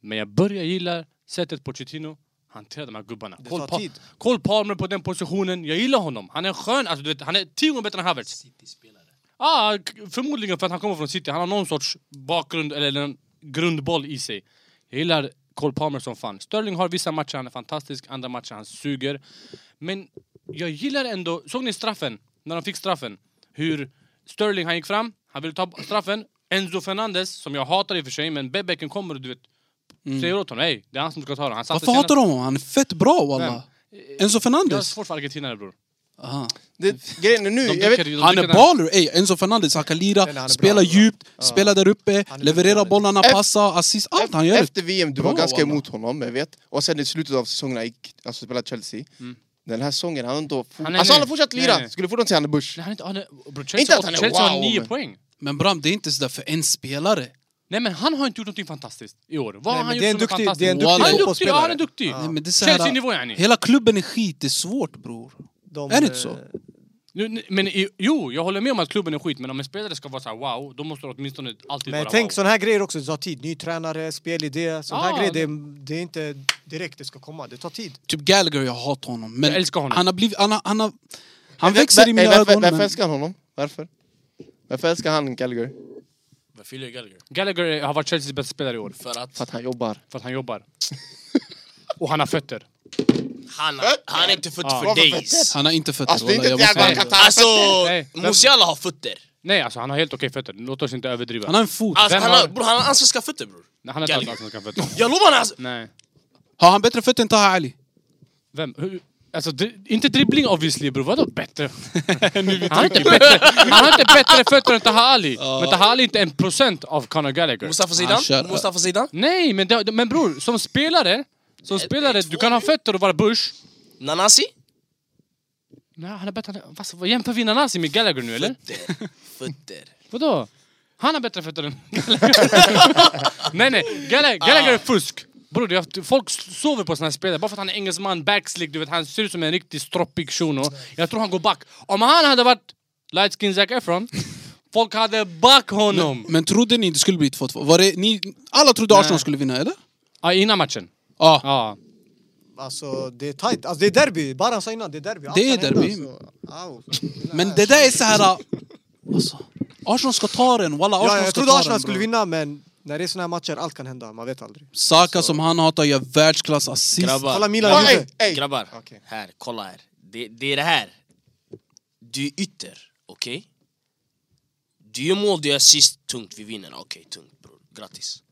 Men jag börjar gilla sättet Pochettino hanterar de här gubbarna.
Det
Cole
tar
Pa-
tid.
Cole Palmer på den positionen. Jag gillar honom. Han är skön. Alltså, du vet, han är tio gånger bättre än Havertz. Ja, ah, k- förmodligen för att han kommer från City. Han har någon sorts bakgrund eller en grundboll i sig. Jag gillar Cole Palmer som fan. Sterling har vissa matcher han är fantastisk, andra matcher han suger. Men jag gillar ändå... Såg ni straffen? När de fick straffen. Hur Sterling, han gick fram, han ville ta b- straffen. Enzo Fernandes, som jag hatar i och för sig, men Bebecken kommer och du vet...
Mm.
Säger åt honom, hej, det är han som ska ta den. Han satte
Varför hatar
senast-
du honom? Han är fett bra walla Enzo
Jag har
Fernandes?
svårt för argentinare bror.
Aha.
Det, grejen är nu,
De
jag vet,
dricker- de
Han är
dricker-
baller! Ey, Enzo Fernandes, han kan lira,
han är bra,
spela
bra.
djupt, spela där uppe,
Han är
leverera
bra.
bollarna,
Ef-
passa, assist, allt han gör!
efter VM, du var
Bra,
ganska
walla.
emot honom, jag vet. Och sen i slutet av säsongen, han gick, alltså spelade Chelsea.
Mm.
Den här säsongen, han har ändå... For-
Han är
alltså
ny.
han har fortsatt lira,
Nej, nej.
skulle fortfarande säga han är Bush.
Nej, han är inte, han är, bro, Chelsea,
Inte att
har-
han är
Chelsea
wow,
har nio
men-
poäng.
Men Bram, det är inte sådär för en spelare!
Nej men han har inte gjort någonting fantastiskt i år. Vad
Nej,
har
men
han
det är
gjort
en
som är
duktig-
fantastiskt?
det är en duktig
han är duktig,
fotbollsspelare.
ja, han är duktig.
Nej, men det är så här-
Chelsea-nivå yani.
Hela klubben är skit, det är svårt bror!
De,
Är det inte
eh,
så?
Nu- nu- Men i- jo, jag håller med om att klubben är skit, men om en spelare ska vara så här wow, då måste det åtminstone alltid
Men
vara
tänk
wow.
sådana här grejer också, det tar tid. Ny tränare, spelidé, sådana
Ah,
här grejer, det, det är inte direkt det ska komma, det tar tid.
Typ Gallagher, jag hatar honom. Men
Jag älskar honom.
Han har blivit... Han, har, han, har, han
Vä-
växer i
vä-
mina
varför-
ögon.
Varför
men-
älskar han honom? Varför? Varför älskar han Gallagher?
Vad fyller Gallagher?
Gallagher har varit Chelseas bästa spelare i år,
För att
För att han jobbar.
Alltså,
för att
(laughs)
han jobbar. Och han har fötter.
han, han är inte fötter
Ja.
för
Varför
days.
Han har inte fötter.
Alltså det är inte
wallah,
ett
jag måste
jävla
säga det.
Qatar.
Alltså,
Nej, vem-
Musiala har fötter.
Nej alltså, han har helt okej fötter. Låt oss inte överdriva.
Han har en fot.
Alltså,
Vem
han,
har-
har, bror, han har allsvenska fötter bror.
Nej, han har inte alls
Gallagher.
allsvenska fötter.
Jag lovar han alltså.
Nej.
Har han bättre fötter än Taha Ali?
Vem? Hur? Alltså, dri- inte dribbling obviously bror,
(laughs)
vadå bättre? han, har inte bättre han har inte bättre fötter än Taha Ali. Men Taha Ali är inte en procent av Conor Gallagher.
Mustafa
Ah,
Han kör-
Zidane? Mustafa Zidane?
Nej, men, det, men bror, som spelare, som spelare, du kan ha fötter och vara Bush.
Nanasi?
Nej, han är bättre än... Vad, vad jämför vi Nanasi med Gallagher nu eller?
Fötter. Fötter.
Vadå? Han har bättre fötter (laughs) än Gallagher. nej, nej. Gallagher, Gallagher är fusk. Bror, jag, folk sover på såna här spelare. Bara för att han är engelsman, backslick, du vet. Han ser ut som en riktig stroppig shuno. Jag tror han går back. Om han hade varit light skin Zac Efron, folk hade back (laughs) honom.
Men trodde ni det skulle bli 2-2? Var det, ni, alla trodde Arsenal skulle vinna, eller?
Ja, innan matchen.
Ja.
Ja.
Alltså det är tight. Alltså det är derby. Bara han sa innan, det är derby. Allt
Det är
kan hända,
derby.
så, au.
Alltså,
Men det där är så här... Alltså, Arsenal ska ta den, walla. Arsenal
Ja, jag
ska
trodde
ta
Arsenal
den,
skulle
bro.
vinna men när det är såna här matcher, allt kan hända. Man vet aldrig.
Saka som han hatar gör världsklass assist.
Grabbar.
Kolla Milan
Oj,
gjorde.
ey, ey.
Grabbar,
Okej.
här, kolla här. Det, det är det här. Du är ytter, okej? Du gör mål, du gör assist, tungt, vi vinner. Okej, tungt bror, grattis.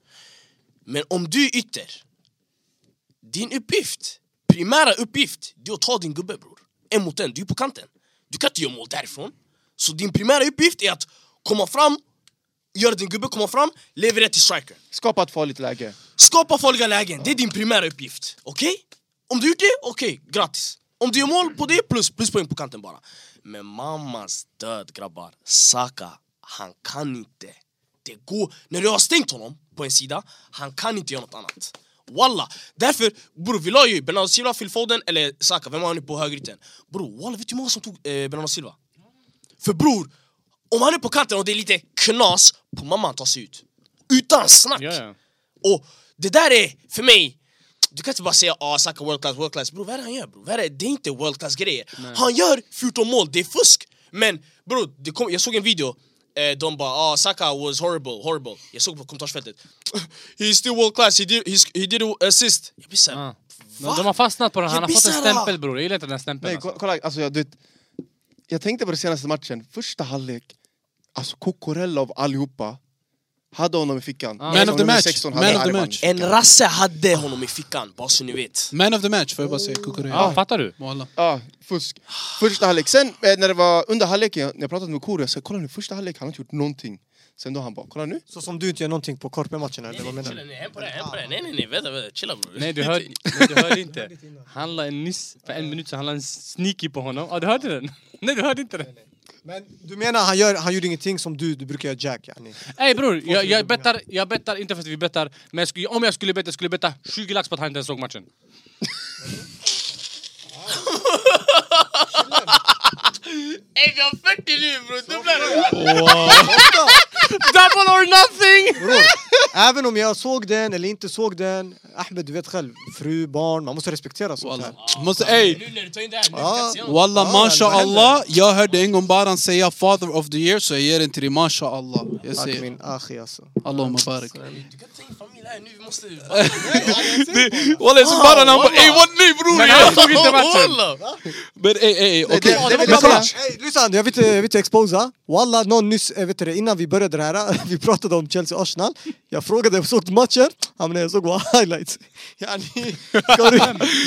Men om du är ytter, din uppgift, primära uppgift, det är att ta din gubbe bror. En mot en, du är på kanten. Du kan inte göra mål därifrån. Så din primära uppgift är att komma fram, göra din gubbe komma fram, leverera till striker.
Skapa ett farligt läge.
Skapa farliga lägen, det är din primära uppgift. Okej? Om du gjort det, okej, grattis. Om du gör mål på det, plus, plus poäng på kanten bara. Men mammas död grabbar, Saka, han kan inte. Det går, när du har stängt honom på en sida, han kan inte göra något annat. Walla! Därför, bror vi la ju Bernardo Silva, Phil Foden eller Saka, vem har ni på högerytten? Bror walla, vet du hur många som tog eh, Bernardo Silva? För bror, om han är på kanten och det är lite knas, på mamma han tar sig ut. Utan snack!
Ja, ja.
Och det där är, för mig, du kan inte bara säga ah, Saka world class, world class. Bro, vad är det han gör? Bro? Vad är det? det är inte world class grejer. Han gör 14 mål, det är fusk. Men bro, det kom, jag såg en video, eh, de bara ah, Saka was horrible, horrible. Jag såg på kommentarsfältet, (laughs) he's still world class, he did, he's, he did a assist. Jag blir såhär,
Ja. Ah. Men de har fastnat på den. Han
Jag
har fått en
missade.
stämpel bror. Jag gillar inte den här stämpeln.
Nej,
Alltså.
ko- kolla, alltså jag, du vet, jag tänkte på det senaste matchen, första halvlek, alltså Cucurella av allihopa hade honom i fickan.
Man
Som
of the
nummer
match.
16
Man
hade
of the
Arvan.
match.
en rasse hade honom i fickan, bara så ni vet.
Man of the match, får jag bara säga. Kukurella.
Ja, fattar du?
Walla.
Ja, fusk. Första halvlek. Sen eh, när det var under halvleken, jag- när jag pratade med Kuro, jag sa kolla nu, första halvlek, han har inte gjort någonting. Sen då han bara, kolla nu.
Så som du inte gör någonting på Korpen-matchen eller vad menar du?
hem på det, hem på det. Nej nej nej, vänta, vänta, chilla bror.
Nej du hörde, (laughs) nej, du hörde
(laughs)
inte. Han la en nyss, för
Eh.
en minut sedan, han la en sneaky på honom. Ja du hörde den? (laughs) Nej du hörde inte den.
Men du menar han, gör, han gjorde ingenting som du, du brukar göra Jack yani?
Ey bror, jag, jag, bettar, jag bettar inte för att vi bettar, men jag skulle, om jag skulle betta, jag skulle betta 20 lax på att han inte ens såg matchen.
Ey vi har 40 nu bror, dubbla det!
(laughs) Double or nothing!
(laughs) Bror, även om jag såg den eller inte såg den, Ahmed du vet själv, fru, barn, man måste respektera sånt här.
Walla. Måste, ey!
Nu när du tar in det här, nu
Ja.
kan jag se honom.
Walla,
Ja,
masha
vad händer?
Allah. Jag hörde en gång Baran säga father of the year, så jag ger den till dig. Masha Allah. Jag
Tack
säger
min achi alltså.
Allahumma barik.
Du kan ta in familj här nu, vi måste...
Walla, jag såg Baran han
Ah,
bara ey what nej bror!
Men han såg
(laughs)
inte matchen!
Men ey ey, okej.
det- det-
Men
det-
kolla.
Hey, lyssna, jag vill inte, jag vill inte exposa. Walla, någon nyss, eh, vet du, det, innan vi började det här, (laughs) vi pratade om Chelsea-Arsenal. Jag frågade, såg du matchen? Han menade, jag såg bara (laughs) highlights. (laughs) Yani, ska du...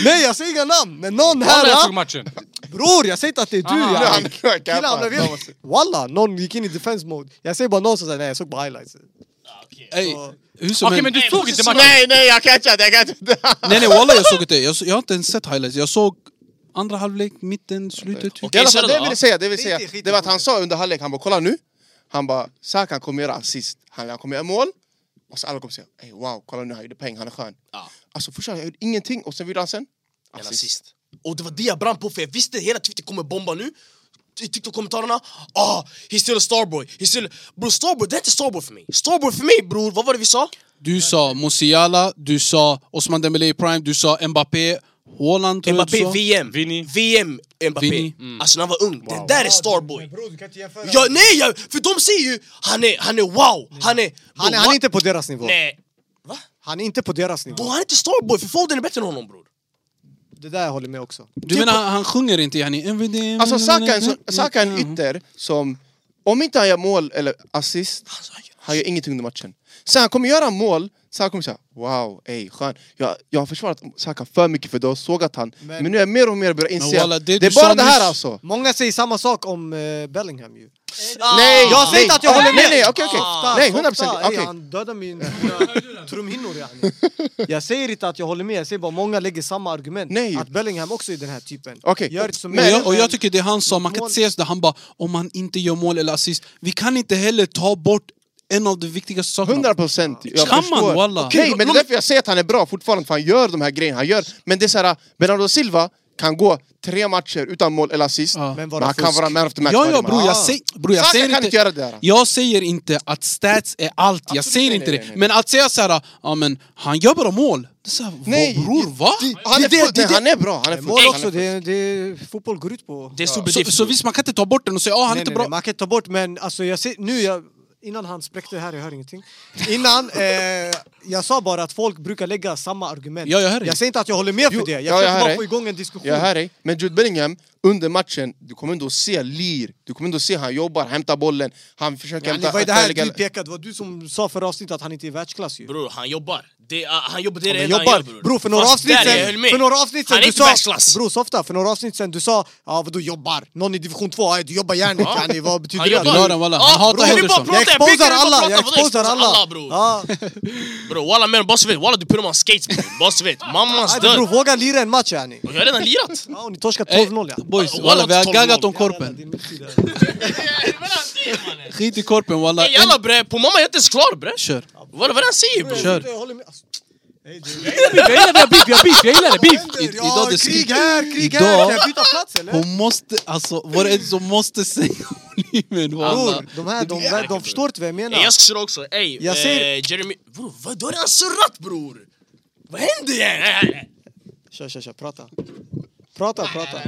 Nej, jag säger inga namn, men någon
Alla jag
här...
såg matchen.
Bror, jag säger inte att det är du!
Ah.
(laughs)
yani.
Han rök,
Killar,
han
han
bara,
blev-
de måste-
Walla, någon gick in i defense mode. Jag säger bara någon som säger, nej jag såg bara highlights.
Ey, hur som
Okej
helst.
men du såg inte matchen?
Nej, nej, jag kan inte, jag kan inte.
Nej nej walla jag såg inte. Jag så- jag har inte ens sett highlights. Jag såg andra halvlek, mitten, slutet.
I alla
så
fall,
då,
det jag
ja.
ville säga, det, vill säga,
Skit i- skit i
det var att
Kuro.
han sa under halvlek, han bara, kolla nu. Han bara, Saka kommer göra assist, han han kommer göra mål. Och så alla kommer säga, ey wow, kolla nu, han gjorde poäng, han är skön.
Ja,
Alltså först han gjorde ingenting och sen gjorde han sen
en assist. Och det var det jag brann på för jag visste hela Twitter kommer bomba nu. I TikTok-kommentarerna, ah, he's still a starboy, he's still... Bror starboy, det är inte starboy för mig. Starboy för mig bror, vad var det vi sa?
Du sa Musiala, du sa Osman Dembélé i prime, du sa Mbappé, Haaland tror jag du
Mbappé
sa.
VM.
Vinny.
VM Mbappé.
Vinny.
Alltså när han var ung, det där är starboy.
Bror du kan inte jämföra.
Ja, nej, jag, för de säger ju han är, han är wow, han är...
Han, är- han är inte på deras nivå.
Nej. Va?
Han är inte på deras
Bror
nivå.
han är inte starboy, för Foden är bättre än honom bror.
Det där jag håller med också.
Du menar han, han sjunger inte yani? Everyday-
Alltså Saka är en, så- Saka är en ytter som, om inte han gör mål eller assist,
Alltså, han gör-
Han gör ingenting under matchen. Sen han kommer göra mål, så han kommer säga wow, ey skön. Jag, jag har försvarat Saka för mycket för då har sågat han. Men,
Men-
nu är jag mer och mer börjar inse
walla,
att
det
det,
du
är bara
sa
det här
nyss-
alltså.
Många säger samma sak om eh, Bellingham ju. Ah.
Nej!
Jag säger
nej.
inte att jag håller med. Ah,
Nej, nej, okej, okej.
Ofta,
nej,
så
100
ofta.
procent.
Ey, Han dödar mina trumhinnor yani.
(laughs)
Jag säger inte att jag håller med, jag säger bara många lägger samma argument.
Nej.
Att Bellingham också är den här typen.
Okej.
Gör inte så
Och
Men-
jag, och jag tycker det han sa, man kan
Mål.
inte säga sådär, han bara om man inte gör mål eller assist, vi kan inte heller ta bort en av de viktigaste sakerna.
100 procent. Jag
Kan man,
förstår.
wallah?
Okej, men det är därför jag säger att han är bra fortfarande, för han gör de här grejerna han gör. Men det är såhär, Bernardo Silva kan gå tre matcher utan mål eller assist,
Ja.
men,
Men vara
han kan
fusk.
vara man of the match
Ja,
varje
ja
match.
bror, jag,
Ah.
säg, bror, jag
Saka
säger
kan
inte...
inte göra det där.
Jag säger inte att stats är allt, jag säger
nej,
inte
nej,
det.
nej.
Men att säga såhär, ja men han gör bara mål. Det är såhär, va-
Nej,
bror va?
Han är,
Det- det-
full,
det-
nej, han är bra, han är full.
Mål
Han är
också,
full.
det, är- det, är- fotboll går ut på.
Det är stor
Så,
bedrift.
så visst, man kan inte ta bort den och säga ah han är
nej,
inte
nej,
bra.
nej, man kan ta bort men alltså jag ser, nu jag, innan han spräckte här, jag hör ingenting. Innan, eh, jag sa bara att folk brukar lägga samma argument.
Ja, jag hör dig.
säger inte att jag håller med
Jo,
för det, jag
ja, jag
försöker
hör
bara
dig.
få igång en diskussion.
Jag hör dig. Men Jude Bellingham, under matchen, du kommer ändå se lir. Du kommer ändå se han jobbar, hämtar bollen, han försöker
Yani,
hämta...
vad är det här
atletica-
du pekar? Det var du som sa förra avsnittet att han inte är världsklass ju.
Bror, han jobbar. Det, är- han jobbar det är
Ja,
det
men
enda han
jobbar.
gör
Bro, för några
Fast
avsnitt
där, jag höll
sen,
med.
för några avsnitt sen
Han är
du
inte världsklass.
sa... Bro, softa, för några avsnitt sen du sa ja vadå jobbar? Någon i division 2, "Aj, du jobbar järnet
Ja.
yani, vad betyder
Han
det?
jobbar.
Jag hör den, wallah. Han
Ja,
hatar
bror, jag vill bara
Henderson.
prata,
Jag
jag pickar
exposar
dig bara
alla,
prata,
jag
vadå, jag
exposar alla!
bror.
Ja,
Bror walla men bara så vet, walla du pullar man skates bror. Bara så vet, mammans
nej, men
död.
bror våga lira en match yani!
Och jag har redan lirat.
Ja, och ni torskar
Ey,
12-0 ja!
Boys,
Walla,
walla, vi har
12-0.
gaggat om
Jävlar,
korpen.
det är min tid, här.
Skit i korpen walla.
Ey alla bre, på mamma jag är inte ens klar bre.
Kör.
Vad är det han säger bror?
Kör.
Jag håller med. Alltså, nej,
(laughs)
det-
Jag gillar det, jag beef, jag beef, jag gillar det, beef!
I-
Ja,
idag det
krig
skriker-
här, krig
Idag-
här! Kan jag byta plats eller?
Hon måste, alltså var det en som måste säga volymen walla?
Bror, de här, de, de, de förstår inte vad jag menar.
Ey, Jag ska köra också, ey.
Jag
eh,
ser-
Jeremy... Bror vad, du har redan surrat bror. Vad händer? Ey, ey, ey.
Kör, kör, kör, prata. Prata, prata.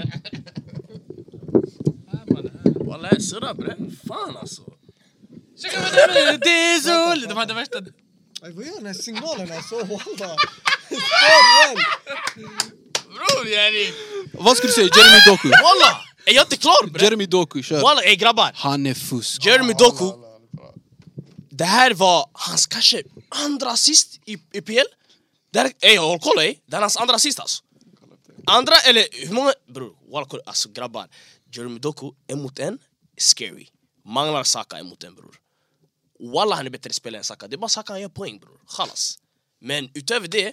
Walla jag surrar bre. Fan alltså.
Det är så... De hade värsta...
Ay, Vad gör den här signalen alltså? Walla!
Bror yani.
Vad skulle du säga? Jeremy Doku?
Walla! Ey, Jag är inte klar bre.
Jeremy Doku, kör.
Walla ey grabbar.
Han är fusk.
Jeremy Doku. Det här var hans kanske andra assist i, i PL. Där, ey, håll koll ey. Det här är hans andra assist alltså. Andra eller hur många? Bror, walla kolla. Alltså grabbar. Jeremy Doku, en mot en, scary. Manglar Saka en mot en bror. Walla han är bättre spelare än Saka. Det är bara Saka han gör poäng bror. Chalas. Men utöver det,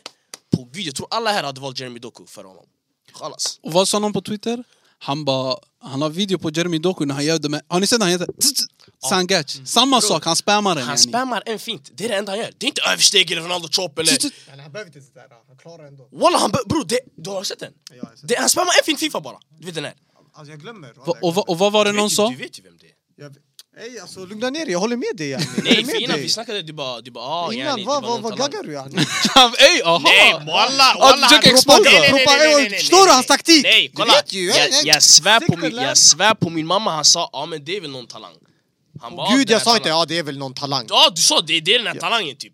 på gud jag tror alla här hade valt Jeremy Doku för honom. Chalas.
Och vad sa någon på Twitter? Han bara, han har video på Jeremy Doku när han gör det med... Har ni sett när han gör det? Tss, tss, Sangach. Samma sak, han spammar den.
Ah. Hmm. Han
yani.
spammar en fint, det är det enda han gör. Det är inte översteg eller Ronaldo chop eller...
Tss, tss.
Han behöver inte sådär, han klarar ändå.
Walla han bör- bror, det- du har sett den?
jag har sett
Det, han spammar en fin FIFA bara, du vet den här.
Alltså jag glömmer.
Va- Och, va- och vad var det
Du vet
någon
ju-
sa?
Du vet ju vem det är.
Jag, ey, alltså lugna ner dig, jag håller med dig. yani. Jag håller
(laughs) Nej
med
för innan
dig.
vi snackade, du bara, du bara ah yani,
Innan,
du
vad,
bara,
vad,
någon
vad
talang.
gaggar du yani?
(laughs) Ey, aha!
Nej walla,
Ah, du
walla!
försöker
han-
exponera.
Nej, nej, nej,
Ropa,
nej, nej,
ey,
nej, nej,
förstår du
nej.
hans taktik?
Nej
Du
kolla,
vet ju, ey,
jag,
ey.
eh, jag, svär på min,
Sikten,
jag svär på min mamma, han sa ah men det är väl någon talang. Han bara, ah,
Gud
den
jag
här
sa inte
talangen.
ja det är väl någon talang.
Ja du sa det, det är den här talangen typ.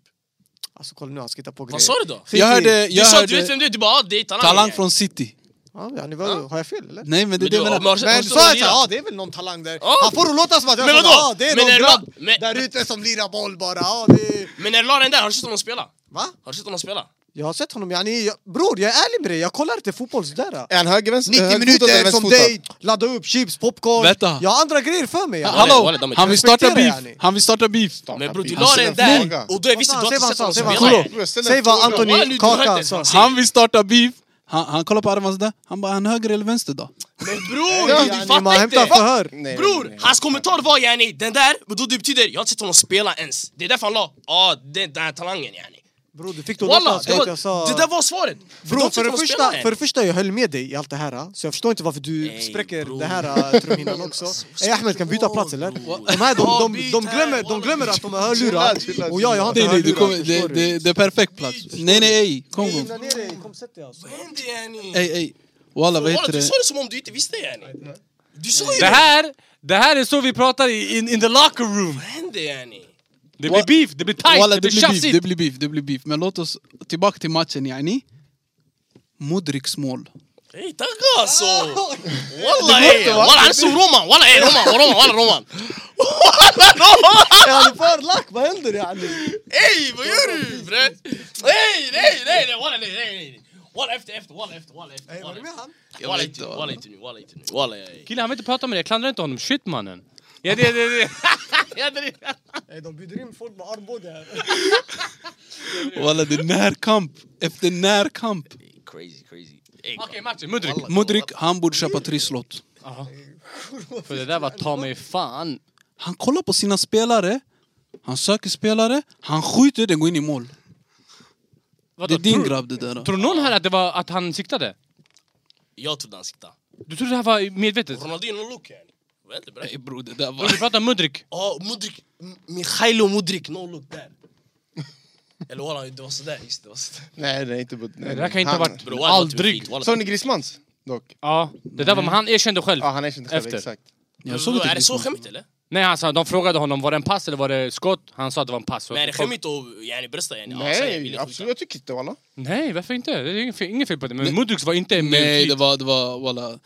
Alltså kolla nu han ska hitta på grejer.
Vad sa du då?
Jag
Skit i-
hörde,
Du
jag
sa du
hörde
vet vem det är, du bara ah det är talangen.
Talang
yani.
från City.
Ja, yani, vad, har jag fel eller?
Nej men det är det
Men du,
jag
men,
menar.
Men du sa jag såhär, ja det är väl någon talang där.
Ja.
Han får det låta som att jag
Men
sa,
vadå?
ja det är
Men
någon
är det
grabb
någon- men-
där ute som lirar boll bara. Ja, det... är-
men när du la den där, har du sett honom spela?
Va?
Har du sett honom spela?
Jag har sett honom, yani, jag, bror jag är ärlig med dig, jag kollar inte fotboll sådär.
Är han höger, vänster,
90
högerfotad eller
minuter som
vänsterfotad?
dig, ladda upp chips, popcorn.
Vänta.
Jag har andra grejer för mig. yani.
Hallå,
Hallå!
walla, de är
Han vill starta
respekterar
beef!
yani.
Han vill starta beef!
Men bror du
Han
la
ställer
den
en
där,
fråga.
och då jag visste du har
Säg
inte
vad
sett
han
honom
sa, säg vad
spela.
han sa. Säg vad
Bror, jag ställer en fråga.
yani. Ja, nu,
Anthony
du hör inte
Kaka
ens vad
sa.
han säger.
Han vill starta beef! Han, han kollar på Armans där, han bara han höger eller vänster då?
Men bror,
Ja,
du
yani, man
fattar
hämtar
inte!
förhör.
Nej, nej,
Bror,
nej.
hans kommentar var yani, den där, och då det betyder jag har inte sett honom spela ens. Det är därför han la, ah det är den här talangen yani.
Bror du fick det att
Walla,
låta
det,
som att
var,
jag sa...
det där var svaret! de har
Bror
inte
för det,
sett honom spela
första,
än.
för det första jag höll med dig i allt det här så jag förstår inte varför du
Ey,
spräcker
bror.
det här äh, trumhinnan också. Ey Ahmed kan vi byta plats eller?
Bror.
De här de,
Ja,
de, de,
byt här,
glömmer, de
walla.
glömmer att de har
Chilla,
hörlurar
chilla,
och jag, jag har inte
Nej nej, du
hörlurar.
kommer, det,
förstår du?
det, det är perfekt plats. Nej nej ej, kom kom.
Lugna ner dig, kom sätt dig alltså.
Vad hände yani?
Ey ey, walla vad
Walla,
heter
du
det?
sa det som om du inte visste yani. Du sa
Det
ju det!
här, det här är så vi pratar i, in, in the locker room.
Vad hände yani?
Det blir beef, det blir tight,
Walla det
det blir
blir beef,
tjafsigt.
det blir beef, det blir beef. Men låt oss tillbaka till matchen yani. Modriks mål.
Ey tagga alltså!
Ah. (laughs)
Walla ey! Walla han är som Roman! Walla ey Roman! Roman! Walla Roman! Walla Roman!
Yani för lack, vad händer yani?
Ey vad gör du bre? Nej nej nej nej walla nej nej nej! Walla efter efter walla efter walla efter!
Ey, var
walla
det med han?
efter. Walla inte nu walla inte nu walla inte nu walla ey!
Killen han vill inte prata med dig, jag klandrar inte honom. Shit mannen. Ja det, det, det. ja, det, det.
Ey, de bjuder in folk med armbåge här.
Walla det är närkamp efter närkamp.
Crazy crazy! Ey,
Okej matchen, Mudrik.
Walla.
Modric, han borde köpa trisslott.
För det där var ta mig fan.
Han kollar på sina spelare, han söker spelare, han skjuter, den går in i mål. Det
Vadå,
är din
tror-
grabb det där.
Tror någon här att det var att han siktade?
jag trodde han siktade.
Du trodde det här var medvetet?
Ronaldinho och Luke yani. Vad hände bre?
Nej bror, det där
Du
var...
pratar Mudrik.
Ja, Mudrik. M- Mikhailo Mudrik, no look där. Eller walla, det var sådär. Just det, det var sådär.
Nej, nej, inte Bud.
Det
Nej,
där kan inte ha
han-
varit
Bro, walla, det var
aldrig.
fint, walla.
Såg ni Grismans? Dock.
Ja, det där var men han erkände själv.
Ja, han erkände själv,
Efter.
exakt.
Jag såg inte
typ
Är det så
Griezmann.
skämmigt eller?
Nej han sa, de frågade honom var det en pass eller var det skott? Han sa att det var en pass.
Men är det skämmigt att yani brösta yani? Ja, så här, jag vill
Nej,
liksom
skjuta.
absolut. Jag tycker inte walla.
Nej varför inte? Det är inget fel, inget fel på det. Men Mudriks var inte med
Nej,
flit.
det var, det var, walla...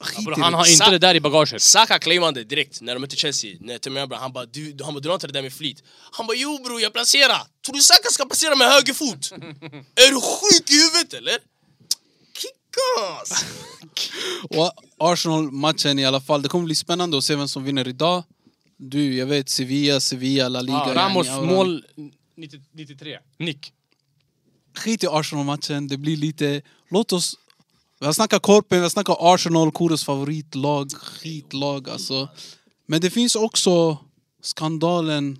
Skit i
Han
det.
har inte
Sa-
det där i bagaget.
Saka claimade direkt när de mötte Chelsea, när Timian han bara du, du- han bara, du har inte det där med flit Han bara jo bror jag placerar, tror du Saka ska placera med höger
(laughs)
fot? är du sjuk i huvudet eller? Kickas!
Och Arsenal-matchen i alla fall, det kommer bli spännande att se vem som vinner idag. Du, jag vet Sevilla, Sevilla, La Liga.
Ja,
yani,
Ramos
ja,
mål 90, 93. Nick.
Skit i Arsenal-matchen, det blir lite... Låt oss... Vi har snackat Korpen, vi har snackat Arsenal, Kuros favoritlag, skitlag alltså. Men det finns också skandalen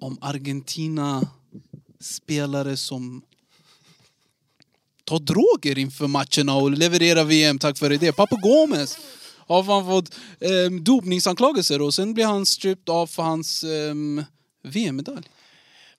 om Argentina-spelare som tar droger inför matcherna och levererar VM tack vare det. Papo Gomez har fan fått eh, dopningsanklagelser och sen blir han stripped av för hans ehm, VM-medalj.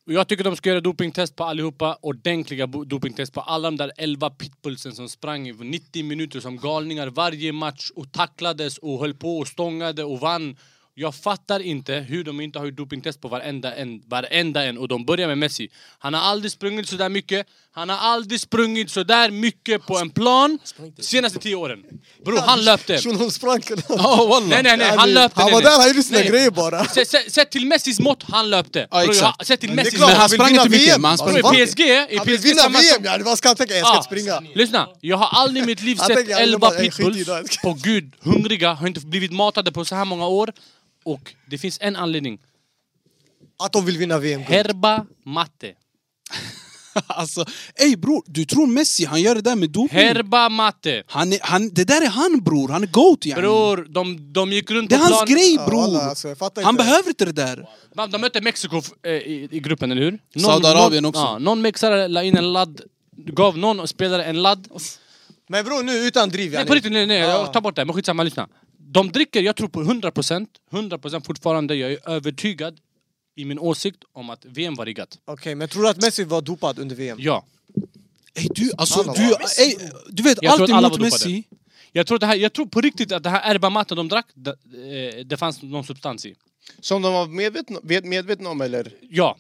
Och Jag tycker de ska göra dopingtest på allihopa. Ordentliga bo- dopingtest på alla de där 11 pitbullsen som sprang i 90 minuter som galningar varje match och tacklades och höll på och stångade och vann. Jag fattar inte hur de inte har gjort dopingtest på varenda en, varenda en och de börjar med Messi. Han har aldrig sprungit så där mycket. Han har aldrig sprungit så där mycket på en plan senaste tio åren. Bro, han löpte.
Shunon sprang. Oh,
Ja, wallah.
Nej, nej, nej,
Yani,
han löpte.
Han
nej,
var
nej.
där, han gjorde sina
Nej.
grejer bara.
Se- se- Sett till Messis mått, han löpte.
Ja,
Bro,
exakt.
jag- Sett till
Det är
Messis
klart,
Men han
han vill
sprang
vinna
inte mycket,
VM.
men han
Han
sprang
Bro,
vill
inte
vann.
i PSG, i
Han vill
PSG
vinna
samma
VM
som...
yani, vad ska han tänka? Jag ska
Ah.
inte springa.
Lyssna, jag har aldrig i mitt liv
Jag
sett
tänker, jag vill
11
bara- jag skiter i
pitbulls
det här.
på gud hungriga, har inte blivit matade på så här många år. Och det finns en anledning.
Att de vill vinna VM. gud.
Herba matte.
Alltså, ey bror, du tror Messi, han gör det där med doping?
Herba matte.
Han är, han, det där är han bror, han är GOAT yani.
Bror, de, de gick runt
Det är
på
hans
plan.
grej
Ja,
bror!
wallah, alltså, jag fattar
han
inte.
behöver inte det där!
Man- De mötte Mexiko f- eh, i, i gruppen, eller hur? Någon-
Saudiarabien
någon-
också.
Ja, någon mexare la in en ladd, gav någon spelare en ladd.
Men bror nu, utan driv Ah,
Nej
yani.
på riktigt, nej, nej,
Ja.
jag tar bort det. Men skitsamma, lyssna. De dricker, jag tror på 100%, 100% fortfarande, jag är övertygad i min åsikt om att VM var riggat.
Okej, men tror du att Messi var dopad under VM?
Ja.
Ey du, alltså
Alla
du,
var
ey, du vet
Jag tror
allt
att alla
emot
var dopade.
Messi.
Jag tror, det här, jag tror på riktigt att det här erbamatten de drack, det, eh, det fanns någon substans i.
Som de var medvetna, vet- medvetna om eller?
Ja.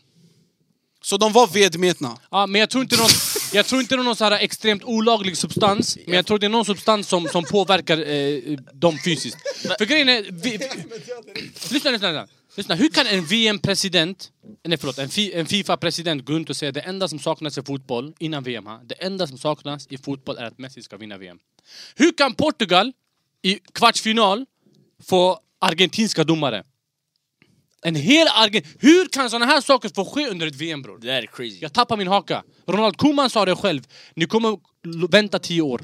Så de var vedmetna.
ja men jag tror inte någon, jag tror inte det är någon så här extremt olaglig substans, men jag tror det är någon substans som, som påverkar eh, dem fysiskt. För grejen är... Vi, vi, lyssna, lyssna, lyssna. lyssna. Hur kan en VM-president, nej förlåt, en, fi, en Fifa-president gå runt och säga det enda som saknas i fotboll, innan VM här, det enda som saknas i fotboll är att Messi ska vinna VM. Hur kan Portugal i kvartsfinal få argentinska domare? En hel Argen... Hur kan såna här saker få ske under ett VM bror?
Det där är crazy
Jag tappar min haka. Ronald Koeman sa det själv. Ni kommer l- vänta tio år.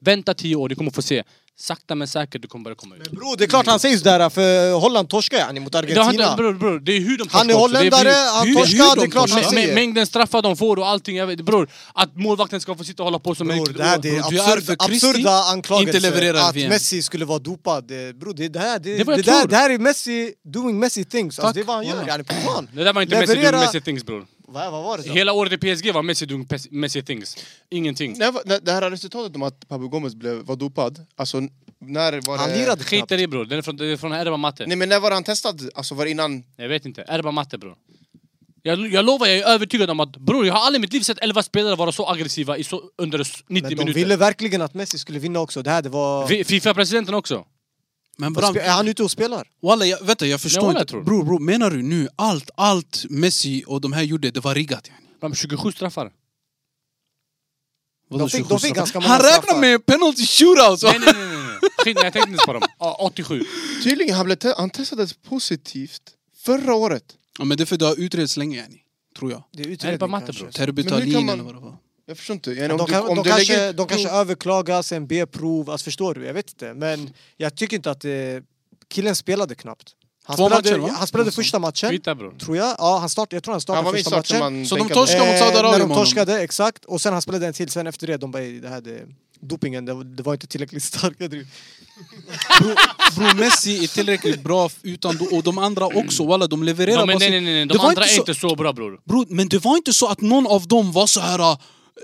Vänta tio år, ni kommer få se. Sakta men säkert, du kommer börja komma ut.
Bror det är klart han säger sådär för Holland torskar yani mot
Det har inte,
Argentina.
bror, bror, det är hur de torskar
Han är
också.
holländare,
Det är
han
hur-
torskar,
hur
det är
de
klart han
torskar.
säger.
Mä- Mängden straffar de får och allting. Jag vet, bror, att målvakten ska få sitta och hålla på som en...
Bror, det här det är
Bror, du är
absurda,
för Christi,
absurda
inte
anklagelser
levererar
att
VM.
Messi skulle vara dopad. Eh, Bror det, det, här, det,
Det
det,
var jag tror.
där, det här är Messi doing Messi things. Alltså,
Tack.
det är vad han gör
Wallah.
yani på plan.
Det där var inte Messi doing Messi things bror.
Vad, vad var det då?
Hela året i PSG var Messi doing pes- Messi things. Ingenting.
När, var- när, det här resultatet om att Pablo Gomez blev, var dopad, alltså när var det...
Han lirade knappt.
Skit i det bror, det är från, det är från Erba Matte.
Nej men när var han testad? Alltså var det innan?
Jag vet inte, Erba Matte bror. Jag, jag lovar, jag är övertygad om att bror, jag har aldrig i mitt liv sett 11 spelare vara så aggressiva i så, under s- 90
Men de
minuter.
ville verkligen att Messi skulle vinna också. Det här, det var...
Fi- Fifa-presidenten också.
Men
Vad
Bram,
spe- Är han ute och spelar?
Walla, jag, vänta, jag förstår
wallah,
inte.
tror du?
Bror, bror, menar du nu allt, allt Messi och de här gjorde, det var riggat? yani?
De 27
(laughs)
straffar.
Vadå,
De fick- de
27
fick
straffar?
ganska många
Han räknar
straffar.
med penalty shootouts!
Nej, nej, nej, nej. nej. Skit, nej, jag tänkte inte på dem. Ja, 87.
Tydligen, han, blev te- han testades positivt förra året.
Ja, men det är för det har utretts länge, yani, tror jag.
Det är
Är det bara
utredning
matte,
kanske.
bror?
Terbutalin
kan man-
eller vad det var.
Jag förstår inte. Jag menar,
De,
om
kan,
du, om
de,
du
kanske,
lägger...
de kanske överklagar, sen B-prov, alltså förstår du? Jag vet inte. Men jag tycker inte att eh, killen spelade knappt. Han
Två
spelade,
matcher, va?
han spelade första matchen,
Skita bror.
tror jag. Ja, han start, jag tror han
Han
startade
var minst
första matchen. Eh,
startman.
Så de
bänkad.
torskar- Torska mot Saudiarabien
när de
med honom.
torskade, exakt. Och sen han spelade en till, sen efter det de bara "Ey, det här det, dopingen, det, var- det var inte tillräckligt starka driv.
Bror, bror, Messi är tillräckligt bra f- utan do- och de andra också, walla, de levererar
De, Mm. nej,
bara sin-
nej, nej, nej.
Det
De
var
andra är
så-
inte så bra bror.
Bror, men det var inte så att någon av dem var så här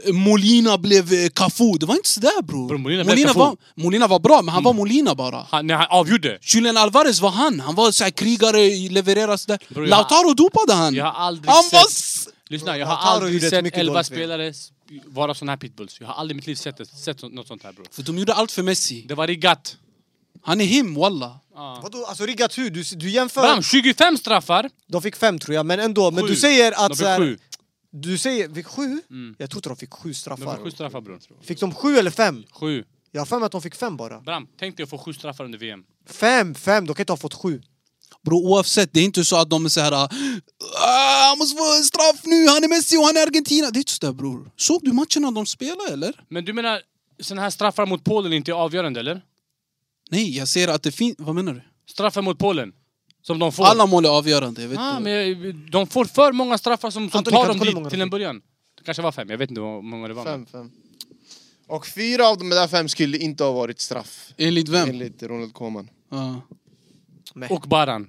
eh, Molina blev eh, Cafu, det var inte sådär bror.
Bror, Molina blev Cafu. Mm.
var, Molina var bra, men han var Molina bara.
Han, när han avgjorde.
Julian Alvarez var han, han var så här krigare, levererade sådär.
Bror, jag-
Lautaro dopade han!
Jag har aldrig
han var...
sett...
s-
Lyssna, jag har
Lautaro
aldrig
gjorde ett
sett
mycket
11
dåligt spel.
spelare s- vara såna här pitbulls. Jag har aldrig i mitt liv sett, det- sett så- något sånt här bror.
För de gjorde allt för Messi.
Det var riggat.
Han är him, walla.
Ja.
Vadå, alltså riggat hur? Du, du jämför...
Bram, 25 straffar.
De fick fem tror jag, men ändå. Men
Sju.
du säger
De
att...
fick
så här-
sju.
Du säger... Fick sju?
Mm.
Jag tror inte de fick sju
De fick
straffar.
sju straffar bror.
Fick de sju eller fem?
Sju.
Jag har för mig att de fick fem bara.
Bram, tänk dig att få sju straffar under VM.
Fem, fem, de kan inte ha fått sju.
Bro, oavsett, det är inte så att de är så här... "Ah, Han måste få en straff nu, han är Messi och han är Argentina. Det är inte sådär bror. Såg du matcherna de spelade eller?
Men du menar, såna här straffar mot Polen inte är avgörande eller?
Nej, jag ser att det finns... Vad menar du?
Straffar mot Polen. Som de får.
Alla mål är avgörande, jag vet
Ah,
inte.
men jag- de får för många straffar som, som
Anthony,
tar
kan
dem
du kolla hur många
dit
de
till en
fick?
början. Det kanske var fem, jag vet inte hur många det var.
Fem, fem. Och fyra av de där fem skulle inte ha varit straff.
Enligt vem?
Enligt Ronald Koeman.
Ja.
Och Baran.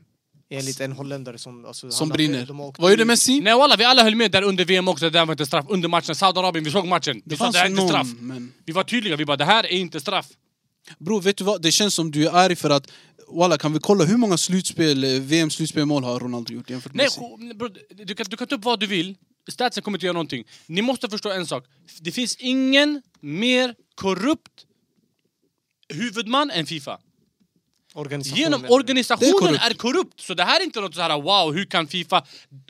Enligt en holländare som... Alltså,
Som
han har-
brinner.
de har åkt
Vad gjorde
ut.
Messi?
Nej walla, vi alla höll med där under VM också, det där var inte straff. Under matchen, Saudiarabien, vi såg matchen. Vi sa det här är inte straff.
men...
Vi var tydliga, vi bara det här är inte straff.
Bro, vet du vad? Det känns som du är arg för att... Walla, kan vi kolla hur många slutspel, eh, VM-slutspelmål har Ronaldo gjort jämfört med
Nej,
Messi?
ho- bro, du, kan, du kan ta upp vad du vill, statsen kommer inte göra någonting. Ni måste förstå en sak. Det finns ingen mer korrupt huvudman än Fifa.
Organisationen.
Genom
Det är
organisationen
korrupt.
är korrupt! Så det här är inte något så här wow, hur kan Fifa...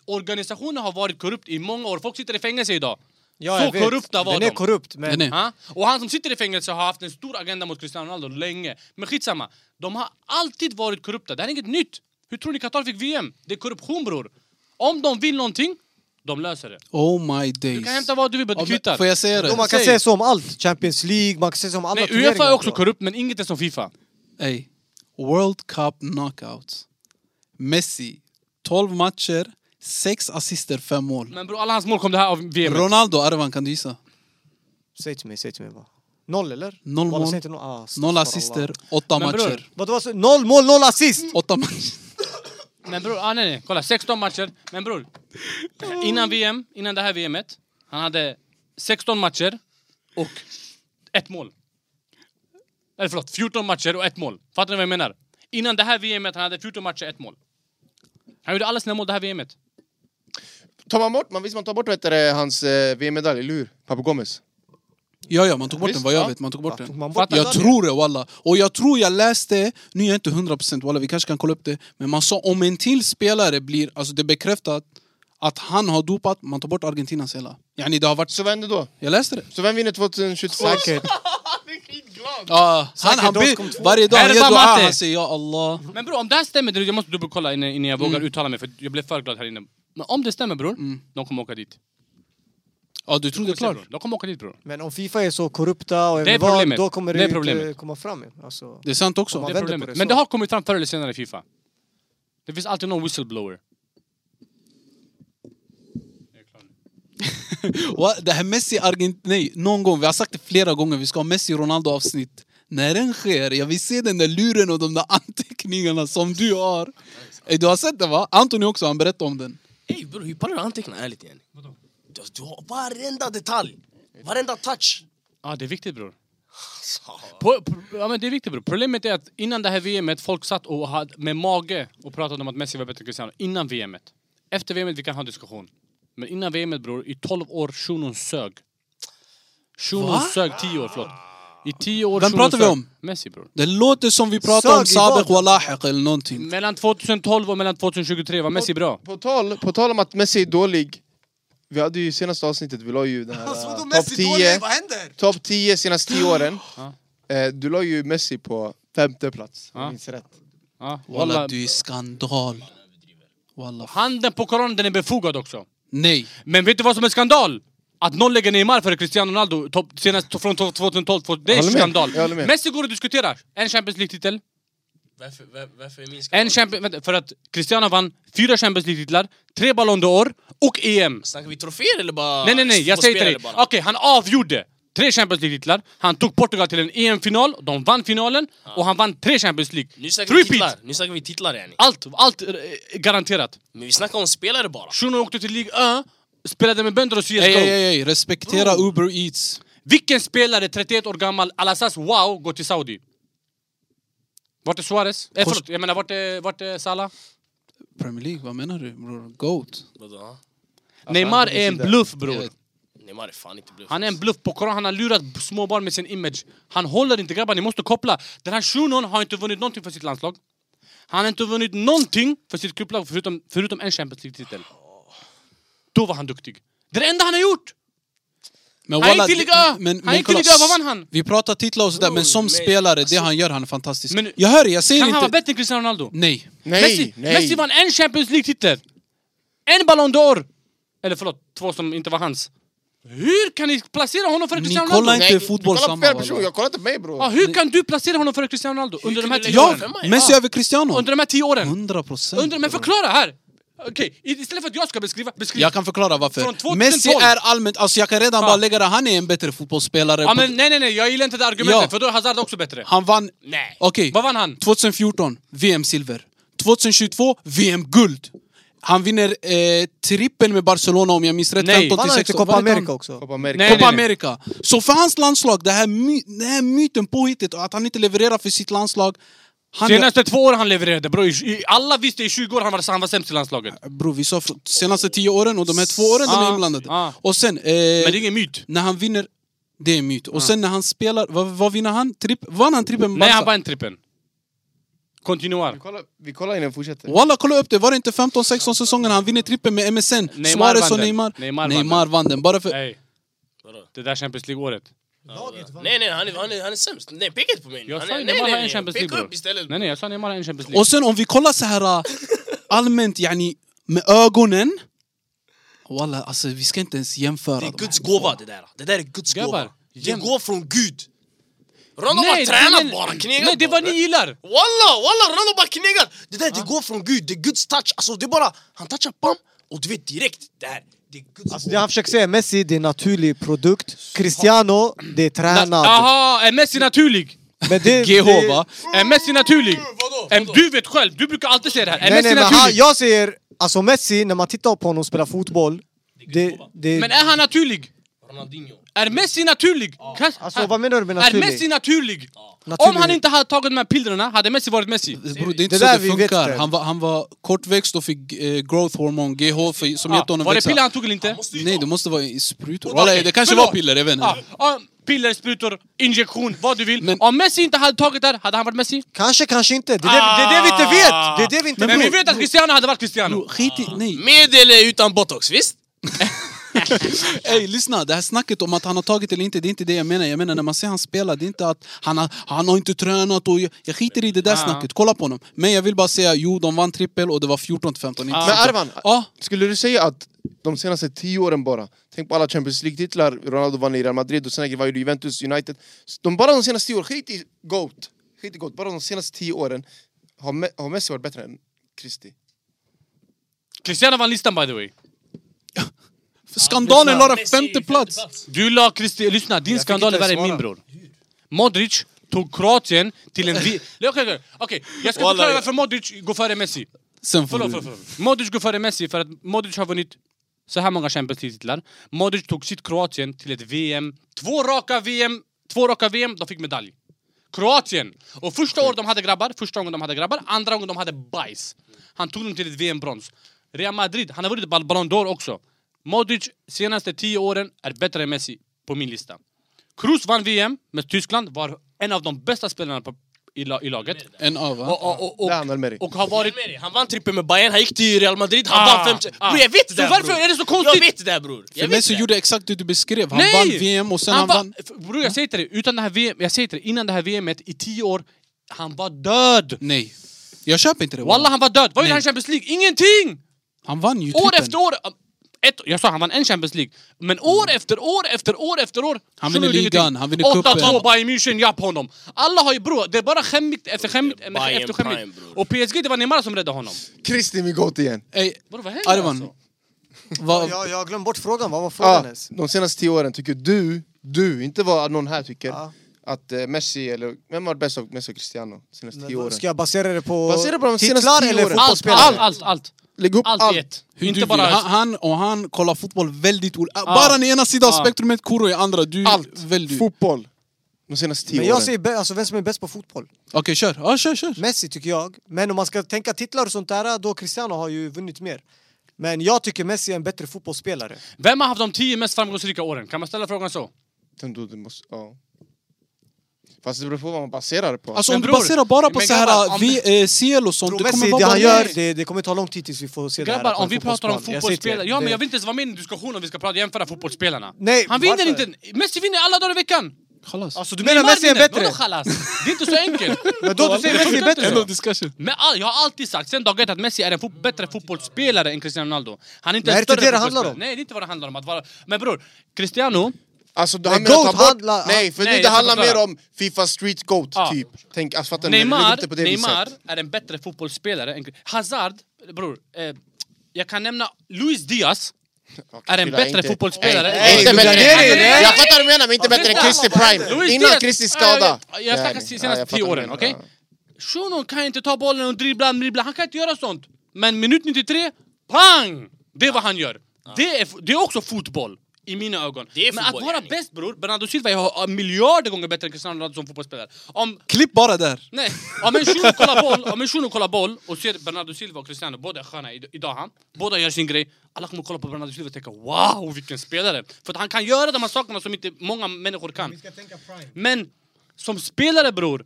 Organisationen har varit korrupt i många år, folk sitter i fängelse idag.
Ja,
så
jag vet.
korrupta var
Den
de.
är korrupt, men...
Den är-
Ja? Och han som sitter i fängelse har haft en stor agenda mot Cristiano Ronaldo länge. Men skitsamma, de har alltid varit korrupta. Det här är inget nytt. Hur tror ni Qatar fick VM? Det är korruption bror. Om de vill någonting, de löser det.
Oh my days.
Du kan hämta vad du vill, bara
Ja,
du
men
kvittar.
Får jag säga det?
Och man kan
Säg.
säga så om allt. Champions League, man kan säga så om alla
Nej,
turneringar.
Uefa är också
tror jag.
korrupt, men inget är som Fifa.
Ey. World Cup knockouts. Messi, 12 matcher, 6 assister, 5 mål.
Men bror, alla hans mål kom det här av VM.
Ronaldo, Arvan, kan du gissa?
Säg till mig, säg till mig bara. Noll eller?
Noll
Walla,
mål.
säg inte noll. Ah, ass-
Noll
bara
assister,
Allah.
8
Men bror-
matcher.
Vadå, alltså, noll mål, noll assist!
8 matcher.
Men bror, ah, nej nej, kolla 16 matcher. Men bror, innan VM, innan det här VMet, han hade 16 matcher och ett mål. Eller förlåt, 14 matcher och ett mål. Fattar ni vad jag menar? Innan det här VMet han hade 14 matcher och ett mål. Han gjorde alla sina mål det här VMet.
Tar man bort, man, visst man tar bort vet du, det, hans eh, VM-medalj, eller hur? Papu Gomez.
Ja, ja, man tog bort den
Visst,
vad jag
ja.
vet. Man tog bort den.
man
bort
jag
medaljen?
tror det walla. Och jag tror jag läste, nu är jag inte 100% walla, vi kanske kan kolla upp det. Men man sa om en till spelare blir, alltså det är bekräftat att han har dopat, man tar bort Argentinas hela. Yani det har varit,
Så vad händer då?
jag läste det.
Så vem vinner 2022?
Säkert.
Ja, Ah, han, han
de
ber,
kom två.
varje dag
Är
han
det
gör
bara
dua,
matte?
han säger ja Allah.
Men bror, om det här stämmer, det- jag måste dubbelkolla innan, innan jag
Mm.
vågar uttala mig för jag blev för glad här inne. Men om det stämmer bror, de kommer åka dit.
Ja du tror det är klart.
De kommer åka dit bror.
Men om Fifa är så korrupta och jag
Det är
vet vad,
problemet.
då kommer det,
Det är
ju inte
problemet.
komma fram. Alltså,
Det är sant också.
Man
Det är
vänder på
problemet.
det,
Men
så.
det har kommit fram förr eller senare i Fifa. Det finns alltid någon whistleblower.
Wa- Det här Messi, Argent... Nej, någon gång, vi har sagt det flera gånger, vi ska ha Messi-Ronaldo-avsnitt. När den sker, jag vill se den där luren och de där anteckningarna som du har. Ey, Du har sett det va? Anthony också, han berättade om den.
Ey bror, hur pallar du anteckna ärligt yani? Du, du har varenda detalj, varenda touch.
Ja, ah, det är viktigt bror.
Ja.
Alltså.
På, på, ja, men det är viktigt bror. Problemet är att innan det här VMet, folk satt och hade med mage och pratade om att Messi var bättre än Cristiano. Innan VMet. Efter VM vi kan ha en diskussion. Men innan VM bror, i 12 år shunon sög. Shunon
Va?
sög 10 år, förlåt. I 10 år
Vem
shunon
pratar vi
sög.
om?
Messi bror.
Det låter som vi pratar om
Sög i vad?
Sabek Walahiq eller någonting.
Mellan 2012 och mellan 2023 var Messi bra.
På tal, på tal om att Messi är dålig. Vi hade ju senaste avsnittet, vi la ju den
(laughs)
här
Alltså, vadå
eh,
Messi
topp
dålig?
10,
Vad händer?
top 10 senaste
(gasps)
10 åren. Eh, Du la ju Messi på femte plats, om
Ja.
jag minns rätt.
Ja,
Walla
wallah.
du är skandal. Walla.
Handen på Koranen den är befogad också.
Nej.
Men vet du vad som är skandal? Att någon lägger Neymar före Cristiano Ronaldo topp, senast to- från to- 2012, två- det är
Jag håller med.
skandal.
Jag håller med.
Messi går att diskutera. En Champions League-titel,
Varför, var, varför minskar
en Champions... vänta, För att Cristiano vann fyra Champions League-titlar, tre Ballon d'Or och EM.
Snackar vi troféer eller bara...
Nej, nej,
Ah,
nej, jag säger till dig.
fotbollsspelare
Okej,
bara?
han avgjorde tre Champions League-titlar, han tog Portugal till en EM-final, de vann finalen och han vann tre Champions League.
Nu snackar vi
Three-peat.
titlar, nu snackar vi titlar yani.
Allt, allt eh, garanterat.
Men vi snackar om spelare bara.
Shunon åkte till Ligue 1, spelade med bönder och CSGO.
Ey, ey, ey, ey. Respektera
Mm.
Bro.
Uber Eats.
Vilken spelare, 31 år gammal, Alassas wow, går till Saudi? Vart är Suarez? Eh, förlåt, jag menar vart är, vart är Salah?
Premier League, vad menar du bror? Goat.
Vadå? ha?
Neymar
han är
är en
där.
bluff
Jag
bror.
vet.
Neymar är fan inte bluff.
Han är en bluff på koran, han har lurat småbarn med sin image. Han håller inte grabbar, ni måste koppla. Den här shunon har inte vunnit någonting för sitt landslag. Han har inte vunnit någonting för sitt klubblag förutom, förutom en Champions League-titel. Då var han duktig. Det är det enda han har gjort!
Men
Han är
walla,
inte
det-
Liga! Han är inte
kolla,
Liga, vad vann han?
Vi pratar titlar och sådär,
Bror,
men som
men-
spelare, det han gör, han är fantastisk.
Men-
jag hör, jag säger
Kan han vara
inte...
bättre än Cristiano Ronaldo?
Nej.
Nej,
Messi,
nej!
Messi vann en Champions League-titel! En Ballon d'Or! Eller förlåt, två som inte var hans. Hur kan ni placera honom före
Ni
Cristiano
kollar
Ronaldo?
inte-
Nej,
fotboll
du kollar på
samma,
fel person,
walla.
jag kollar inte på mig bror!
Ja, hur kan du placera honom före Cristiano Ronaldo under de här
kunde
tio
du lägga
Ja!
åren?
honom femma,
Messi över Cristiano!
Under de här tio åren?
100 procent.
Under, men förklara här! Okej, i- istället för att jag ska beskriva... beskriva.
Jag kan förklara
Från
varför.
2012.
Messi är allmänt... Alltså jag kan redan
Ja.
bara lägga det, han är en bättre fotbollsspelare.
ja,
på-
men, nej, nej, nej, jag gillar inte det argumentet,
Ja.
för då är Hazard också bättre.
Han vann...
Nej.
Okej.
Vad vann han?
2014, VM-silver. 2022, VM-guld. Han vinner eh, trippeln med Barcelona om jag minns rätt.
Nej.
15
Vann han inte
16.
Copa
Vad heter han?
America också?
Copa America.
Nej,
Copa America. Så för hans landslag, det här, my, det här myten, påhittet och att han inte levererar för sitt landslag. Han
Senaste två år han levererade, bro. I, i, alla visste i 20 år han var, han var sämst i landslaget.
Bro, vi sa för- senaste tio åren och de här två åren de
Ah,
är inblandade.
ah.
Och sen... Eh,
Men det är ingen myt.
När han vinner, det är en myt. Och sen när han spelar, vad, vad vinner han? Tripp, vann han trippen med
Nej,
Barca?
han vann trippen. Continuar.
Vi kollar, vi kollar innan vi fortsätter.
Walla kolla upp det, var det inte 15-16 säsongen han vinner trippen med MSN? Suarez
vann
och
den.
Neymar.
Neymar vann
vann den. Bara för...
Nej,
Vadå?
det där Champions League-året.
Nej nej, han är, han är, han är sämst. Nej peka inte på mig nu.
Jag
Han
sa
är-
ju
nej,
Neymar
nej,
har en
nej.
Champions League
Peka
bror.
upp istället.
Nej nej, jag sa Neymar har en Champions League.
Och sen om vi kollar så här äh, allmänt yani, med ögonen. Walla, alltså vi ska inte ens jämföra.
Det är
de här.
Guds gåva det där. Det där är Guds
Grabbar,
gåva. Det
jäm-
går från Gud. Ronaldo bara tränar bara, knegar
Nej, det är vad
bara.
ni gillar!
Walla, walla, Ronaldo bara knegar! Det där, det går från Gud, det är Guds touch. Alltså det är bara, han touchar bam, och du vet direkt, det här, det är Guds
Alltså det han försöker säga, Messi det är en naturlig produkt. Cristiano, det är tränat.
Jaha, är Messi naturlig?
Men
(laughs)
det,
GH va?
Är Messi naturlig?
Vadå?
Är- Du vet själv, du brukar alltid säga det här.
Nej,
Är
nej,
Messi
men han,
naturlig?
jag säger, alltså Messi, när man tittar på honom spela fotboll, det, det,
Men är han naturlig?
Ronaldinho.
Är Messi naturlig? Kas-
alltså vad menar du med naturlig?
Är Messi naturlig? Om
Naturlig.
han inte hade tagit de här pillerna, hade Messi varit Messi?
Bro, det är inte
Det
så
där
det
vi vet
funkar.
det.
Han var, han var kortväxt och fick eh, growth hormon, GH, för, som
Ja,
hjälpte honom
Ah, Var det
växa.
piller han tog eller inte?
måste ju
Nej,
ta.
det måste vara i sprutor.
Okej, Ah.
Walla, det kanske
förlåt.
var piller, jag vet inte.
Ja, ja, piller, sprutor, injektion, vad du vill.
Men-
Om Messi inte hade tagit där, hade han varit Messi?
Kanske, kanske inte. Det är det, det, är det vi inte vet! Det är det vi inte
Ah. Men vi
vet!
vet att Cristiano hade varit Cristiano.
Bro, Skit i, nej.
Med eller utan botox, visst?
Ey, lyssna. Det här snacket om att han har tagit eller inte, det är inte det jag menar. Jag menar när man ser han spela, det är inte att han har, han har inte tränat och jag, jag skiter i det där
Ah.
snacket. Kolla på honom. Men jag vill bara säga, jo de vann trippel och det var 14-15. inte
Ah.
Men
16.
Arvan,
Ja,
skulle du säga att de senaste tio åren bara, tänk på alla Champions League-titlar, Ronaldo vann i Real Madrid och sen var ju Juventus, United. De bara de senaste tio åren, skit i GOAT, skit i GOAT, bara de senaste tio åren har, Me- har Messi varit bättre än Kristi.
Cristiano vann listan by the way. Ah,
skandalen la den
Messi är ju
femte plats.
Du la Kristi... Lyssna, din skandal är
inte
värre
ens
än min
svara.
bror. Modric tog Kroatien till en... vi- Okej, okej, okej. Jag ska
Wallah,
förklara
ja.
varför Modric går före Messi.
Sen får
Förlåt,
du...
förlåt, förlåt. Modric går före Messi för att Modric har vunnit så här många Champions League-titlar. Modric tog sitt Kroatien till ett VM. Två raka VM, två raka VM, de fick medalj. Kroatien! Och första året de hade grabbar, första gången de hade grabbar, andra gången de hade bajs. Han tog dem till ett VM-brons. Real Madrid, han har vunnit Bal- Ballon d'Or också. Modric senaste tio åren är bättre än Messi på min lista. Kroos vann VM med Tyskland, var en av de bästa spelarna på, i, la, i laget.
En av va?
Och, och, och,
Det
och,
är han väl med dig.
Och har
Var
varit...
det Han vann trippen med Bayern, han gick till Real Madrid, han
Ah,
vann fem...
ah.
Bror jag vet det
Så
här,
varför
bror.
är det så
Jag
konstigt?
vet det här bror! Jag
För
vet
Messi
det.
gjorde exakt det du beskrev. Han vann VM och sen han, vann...
va- Bror jag säger till dig, utan det här VM, jag säger till dig, innan det här VMet i tio år, han var död!
Nej. Jag köper inte det.
Wallah han var död! Vad
Nej.
gjorde han i Champions League? Ingenting!
Han vann ju
År
trippen.
efter år! um, Ett, jag sa han vann en Champions League, men år efter år efter år efter år...
Han vinner
så gjorde
ligan,
ingenting.
han vinner cupen.
8-2 Bayern München, japp honom! Alla har ju bror, det är bara skämmigt efter skämmigt
Bayern
efter
Prime,
skämmigt.
bror.
Och PSG, det var Neymar som räddade honom.
Kristi min goat igen.
Ey,
Bror vad händer
Arvan.
alltså?
vad-
Jag, jag har glömt bort frågan, vad var frågan
Ah,
ens?
de senaste tio åren tycker du, du, inte vad någon här tycker,
Ja.
att eh, Messi eller, vem var bäst av Messi och Cristiano de senaste tio åren?
Ska jag basera det på
Basera det på de senaste
titlar
tio
eller
åren.
Allt,
fotbollsspelare?
allt, allt, allt!
Lägg ihop allt!
Allt i ett.
Hur
Inte
du vill.
bara...
han, han, och han kollar fotboll väldigt olika. Bara i ena sidan av
Ah.
spektrumet, Kuro i andra. Du
Allt!
väldigt... Okej,
Fotboll! De senaste tio
Men jag
åren.
säger bä- alltså, vem som är bäst på fotboll.
kör. Ja, kör, kör.
Messi tycker jag. Men om man ska tänka titlar och sånt där, då Cristiano har ju vunnit mer. Men jag tycker Messi är en bättre fotbollsspelare.
Vem har haft de tio mest framgångsrika åren? Kan man ställa frågan så?
Den då, du måste, ja. Fast det beror på vad man baserar det på.
Alltså
Men
om du
bror,
baserar bara på
men
så här
grabbar, om
vi- eh, CL och sånt,
Bro,
det
Messi,
kommer
det
vara
han
bara...
gör, det, det kommer ta lång tid tills vi får se det här
Grabbar,
på en
om vi pratar om
fotbollsplan. Jag säger till er,
fotbollsspelare... Ja, men
det-
jag vill inte ens vara med i en diskussion om vi ska prata, jämföra fotbollsspelarna.
Nej,
Han vinner
varför?
inte! Messi vinner alla dagar i veckan!
Chalas.
Alltså du menar Messi är
vinner.
bättre?
Vadå chalas? Det är inte så enkelt!
(laughs) Men då du säger Messi är bättre?
End of discussion.
Men all, jag har alltid sagt, sen dag ett, att Messi är en fot bättre fotbollsspelare än Cristiano Ronaldo. Han är inte
Men
en
är det inte
större
det det handlar om?
fotbollsspelare. Nej, det är inte vad det handlar om. Att vara... Men bror, Cristiano...
Alltså, du
Men
han menar
GOAT
ta bort...
handlar-
nej, för
Nej,
nu
jag
det
ska
handlar mer
förklara.
om Fifa Street Goat,
Ja.
typ. Tänk, alltså fattar ni? Lägg upp det
Neymar,
på det
Neymar
viset.
är en bättre fotbollsspelare än... Hazard, bror... Eh, jag kan nämna Luis Diaz. Är en
Spela
bättre
inte-
fotbollsspelare
Nej,
än-
nej, inte
Nej,
bättre-
det är det,
Alltså,
nej.
Jag fattar vad du menar, men inte bättre än Christer Prime.
Luis
Innan
Diaz-
Christer
Ja,
skada.
Jag, jag snackar
Ja,
senaste
jag fattar
tio
vad du
åren,
menar,
okej?
ja.
Shunon kan inte ta bollen och dribbla, dribbla, han kan inte göra sånt. Men minut 93, pang! Det är vad han gör. Det, är, f- det är också fotboll, i mina ögon.
Det är
Men
fotboll,
att vara
yani.
bäst bror, Bernardo Silva är har miljarder gånger bättre än Cristiano Ronaldo som fotbollsspelare. Om
Klipp bara där.
Nej, om en shuno kollar boll, om en shuno kollar boll och ser Bernardo Silva och Cristiano, båda är sköna id- idag han. Båda gör sin grej. Alla kommer kolla på Bernardo Silva och tänka wow vilken spelare! För att han kan göra de här sakerna som inte många människor kan. Men som spelare bror,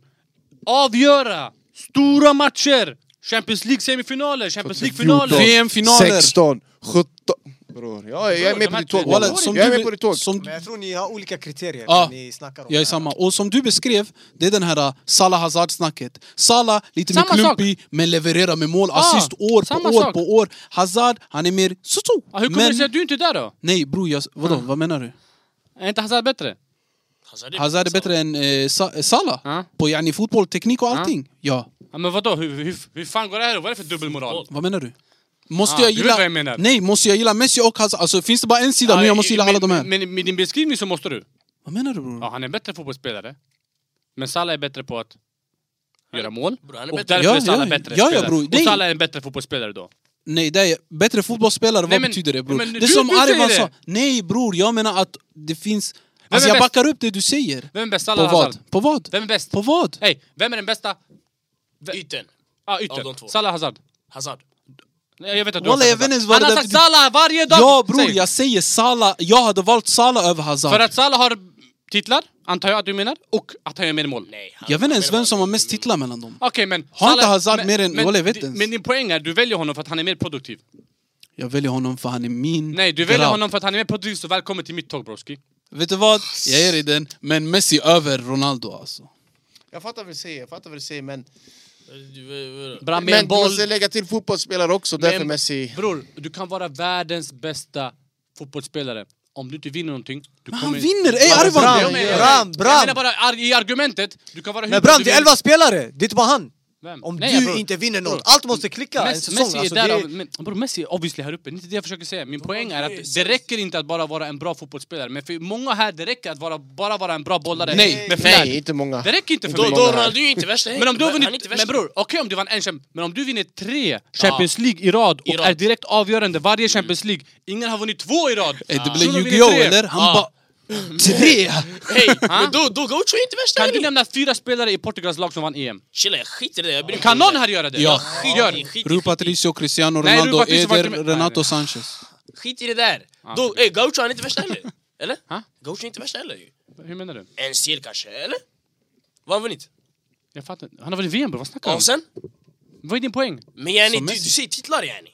avgöra stora matcher! Champions League semifinaler, Champions League finaler!
VM-finaler.
16, 17... Bror, jag, jag är med på ditt tåg.
Walla,
Walla,
som
Jag är
du-
med på ditt tåg.
Som,
Men jag tror ni har olika kriterier
Ja.
när ni snackar om
jag är
det här.
samma. Och som du beskrev, det är den här uh, Salah Hazard-snacket. Salah, lite mer
Samma
klumpig, men levererar med mål,
Ah,
assist, år på
samma
år
sak.
på år. Hazard, han är mer... Så, så.
Ah, hur kommer det sig att du inte är där då?
Nej bror, jag, vadå, vad menar du?
Är inte Hazard bättre?
Hazard är-
Hazard är bättre än eh, Sa- eh, Salah?
Ja.
På yani, fotboll, teknik och allting? Ja.
Ja, men vadå, hur, hur, hur fan går det här? Vad är det för dubbelmoral?
Vad menar du? Måste
Ah,
jag
du vet
gilla...
vad jag menar.
Nej, måste jag gilla Messi och Hazard? Alltså finns det bara en sida? nu jag måste gilla alla
men,
de här.
Men med din beskrivning så måste du.
vad menar du bror?
Ja, han är en bättre fotbollsspelare. Men Salah är bättre på att göra mål.
Bro, han är
och
bättre.
därför
Ja,
är Salah
ja, ja.
bättre
Ja, ja,
spelare.
bro,
och
nej.
Salah är en bättre fotbollsspelare då.
Nej, det är bättre fotbollsspelare,
Nej,
vad
men-
betyder det bror?
men
det är
du-
som
du säger
Arvan
det.
sa, nej bror, jag menar att det finns... Alltså jag
är bäst?
backar upp det du säger.
Vem är bäst?
På
Salah eller Hazard?
vad? På vad?
Vem är bäst? Eh,
På vad?
Hej, vem är den bästa?
Yten.
Ja,
Av de två.
ytter. Salah Hazard.
Hazard.
Nej, Jag vet att du
Walla,
har
jag
sagt
vet inte
Hazard.
vad
Han har
det där
sagt Salah varje dag!
Ja bror,
Säg.
jag säger Salah. Jag hade valt Salah över Hazard.
För att Salah har titlar, antar jag att du menar, och att han gör mer mål.
Nej, han-
Jag vet inte ens
han är
vem som har
bra.
mest titlar mellan dem.
Okej, men...
Har inte Hazard mer än- Walla, jag vet
di-
inte ens.
Men din poäng är, du väljer honom för att han är mer produktiv.
Jag väljer honom för han är min
Nej, du väljer
grabb.
honom för att han är mer produktiv, så välkommen till mitt tåg broski.
Vet du vad? Jag ger dig den, men Messi över Ronaldo alltså.
Jag fattar vad du säger, jag fattar vad du säger, men...
Eh, Du- du- du-
Bra med
Men
en
du
boll.
måste lägga till fotbollsspelare också, därför
Men-
Messi...
Bror, du kan vara världens bästa fotbollsspelare. Om du inte vinner någonting... Du
Men
kommer...
han vinner! Ey Arvan!
Bram,
Jag menar-
Bram,
Jag
Bram!
menar bara ar- i argumentet, du kan vara hur
Men
bra
Bram,
du
det är
vill.
elva spelare! Det är inte bara han!
Vem?
Om
Nej,
du
bror.
inte vinner något,
Bror.
allt måste klicka en
Messi,
säsong!
Messi
alltså,
är
det
där
är- (laughs)
av, men, bror, Messi är obviously här uppe, det är inte det jag försöker säga. Min poäng är att det räcker inte att bara vara en bra fotbollsspelare. Men för många här, det räcker att vara, bara vara en bra bollare.
Nej.
med flärd.
Nej, inte många.
Det räcker inte för
Då,
mig.
då Ronaldo är ju inte värsta
Men om du har
Han är
vunnit,
inte
men
värsta.
bror, okej om du vann en Champions men om du vinner tre Champions League i rad och
I rad. Mm.
är direkt avgörande varje Champions League, ingen har vunnit två i rad.
Ey, det
Shunon
blev
vinner
Yu-Gi-Oh
tre. Ah.
eller? Han
Ja.
bara...
(laughs)
Tre!
Hej,
Ha?
men då, då Gaucho är inte värsta
Kan du
heller.
nämna fyra spelare i Portugals lag som vann EM?
Chilla, jag skiter i det. Jag bryr mig
Kan
inte.
någon här göra det?
Ja.
Skit,
Gör.
i- skit, i-
Rui Patricio, Cristiano
Nej, Rui
Ronaldo,
Patricio var
Eder,
inte med.
Renato
Nej.
Sanchez.
skit i det där.
Ah,
Då, ey, Gaucho han är inte värsta
(laughs)
heller. Eller?
Ha?
Gaucho är inte värsta heller ju.
Hur menar du?
En stil kanske, eller? Vad har han vunnit?
Jag fattar inte. Han har varit i VM bror, vad snackar du
Och
om?
sen?
Vad är din poäng?
Men yani,
Som
du, du
Messi.
säger titlar yani.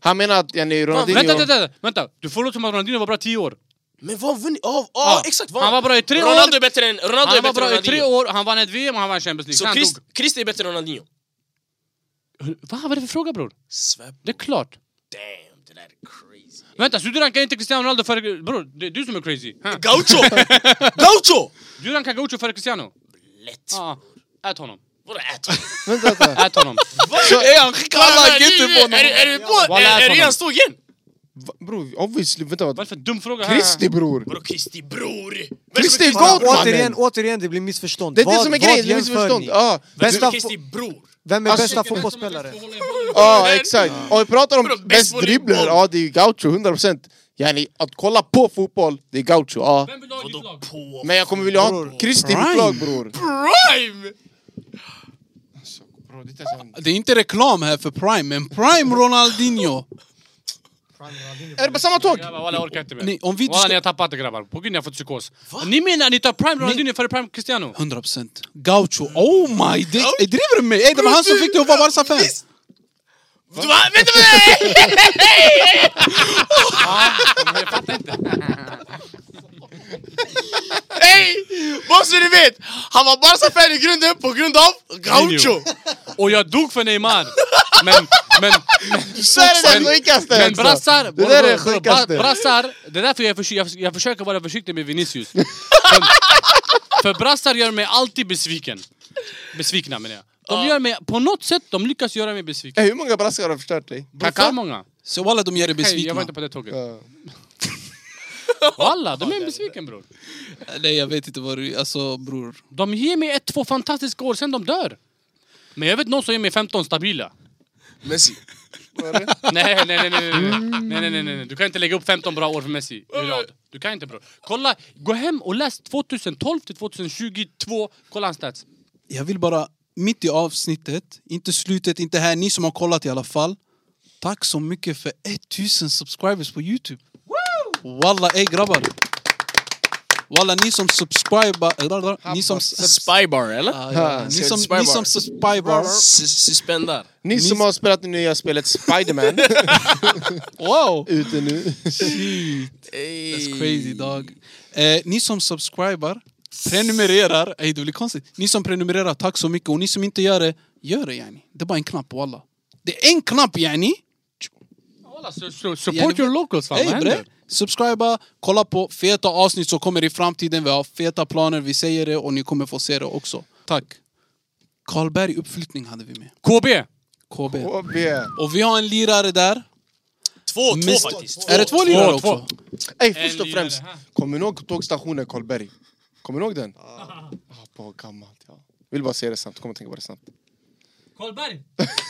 Han menar att yani, Ronaldinho...
Vänta, vänta, vänta, vänta! Du får låta som att Ronaldinho var bra i tio år.
Men vad har han vunnit? Ja, ja,
Ja.
exakt!
Han var bra i tre år.
Ronaldo är bättre än Ronaldo är
Han var
bättre
bra
än
i tre
Ronaldinho.
år, han vann ett VM och han vann Champions League.
Så
Sen
Chris,
han dog.
Chris är bättre än Ronaldinho.
Va? Vad är det för fråga bror?
Svep,
Det är klart.
damn, det där är crazy.
Vänta, så du rankar inte Cristiano Ronaldo före... Bror, det är du som är crazy. Ha?
Gaucho! Gaucho!
Du rankar Gaucho före Cristiano?
Lätt.
Ja. Ät honom.
Vadå äter du?
vänta, vänta.
Ät honom.
Ey han skickar alla agenter på
Är,
honom!
är, är du på?
Walla,
Är, är
äter
du
honom.
redan stor igen?
Va- Bror, obviously, vänta.
Vad är
vad-
det för dum fråga? här?
Christy bror!
Vadå Kristi bror?
Christy är
Bara,
goat
återigen,
mannen!
återigen, det blir missförstånd.
Det är det
Vad-
som är
vad
grejen, det är Ah,
jämför
missförstånd.
ni?
Ja,
Bästa
Bästa
fo-
Kristi bror?
Vem är
Alltså,
bästa fotbollsspelare?
ja exakt. Om vi pratar
Vadå,
om
bäst
bäst
volleyboll?
dribbler, ja det är ju Gaucho 100%. Yani, att kolla på fotboll, det är Gaucho, ja.
Vem vill du ha i ditt
Vadå
lag?
på?
Men jag kommer vilja ha
Bror.
Christy i mitt
Prime.
lag bror.
Prime!
Det är inte reklam här för Prime, men Prime Ronaldinho!
Är det på samma tåg?
Grabbar walla jag orkar inte mer.
Ni, om vi inte
Walla
ska-
ni har tappat det grabbar. På gud ni har fått psykos. Ni menar ni tar Prime Ronaldinho före Prime Cristiano?
100% Gaucho, oh my day! Ey driver du med mig? Ey det var han som fick dig att vara Barca-fan!
Du bara, vänta på det!
Jag fattar inte.
Hej! Bara så ni vet, han var Barca-fan i grunden på grund av Gaucho!
Och jag dog för Neymar. Men, men, men,
Det där är det sjukaste!
men
alltså.
brassar,
Det där är
bra-
det
bra-
sjukaste!
brassar, det är därför jag, försöker, jag, förs- jag försöker vara försiktig med Vinicius. För, för brassar gör mig alltid besviken. Besvikna menar jag. De gör mig, på något sätt, de lyckas göra mig besviken.
Ey, Eh, Hur många brassar har förstört dig?
För
Kaka?
många.
Så walla de gör dig
Hej, jag
besvikna.
var inte på det tåget. (laughs)
Ja.
Alla, de är besviken bror.
Nej jag vet inte vad du... Alltså bror.
De ger mig ett, två fantastiska år, sen de dör. Men jag vet någon som ger mig 15 stabila.
Messi.
Nej, nej, nej, nej, nej, nej, nej, nej, nej, nej. Du kan inte lägga upp 15 bra år för Messi i rad. Du kan inte bror. Kolla, gå hem och läs 2012 till 2022, kolla hans stats.
Jag vill bara, mitt i avsnittet, inte slutet, inte här, ni som har kollat i alla fall. Tack så mycket för 1000 subscribers på Youtube. Walla, ey grabbar. Walla, ni som subscriber, ni som...
Spybar, eller?
Ah, ja. ni som, ni som subscriber.
Suspendar.
Ni som har spelat det nya
(laughs)
spelet Spiderman,
Wow!
ute nu.
That's crazy dog. Eh, ni som subscriber, prenumererar, ey det blir konstigt. Ni som prenumererar, tack så mycket. Och ni som inte gör det, gör det yani. Det är bara en knapp walla. Det är en knapp yani.
Kolla, su- su- support your locals fan, vad
Ey bre,
händer?
subscriba, kolla på feta avsnitt som kommer i framtiden. Vi har feta planer, vi säger det och ni kommer få se det också. Tack. Karlberg uppflyttning hade vi med.
KB!
KB.
HB.
Och vi har en lirare där.
Två, två
Mis-
faktiskt. Två.
Är det två lirare
två.
också?
Ey, först
En
och
lirare
främst,
här.
kommer ni ihåg tågstationen Karlberg? Kommer ni ihåg den? Ah, på gammalt ja. Vill bara säga det snabbt, kommer tänka på det snabbt.
Karlberg!
(laughs)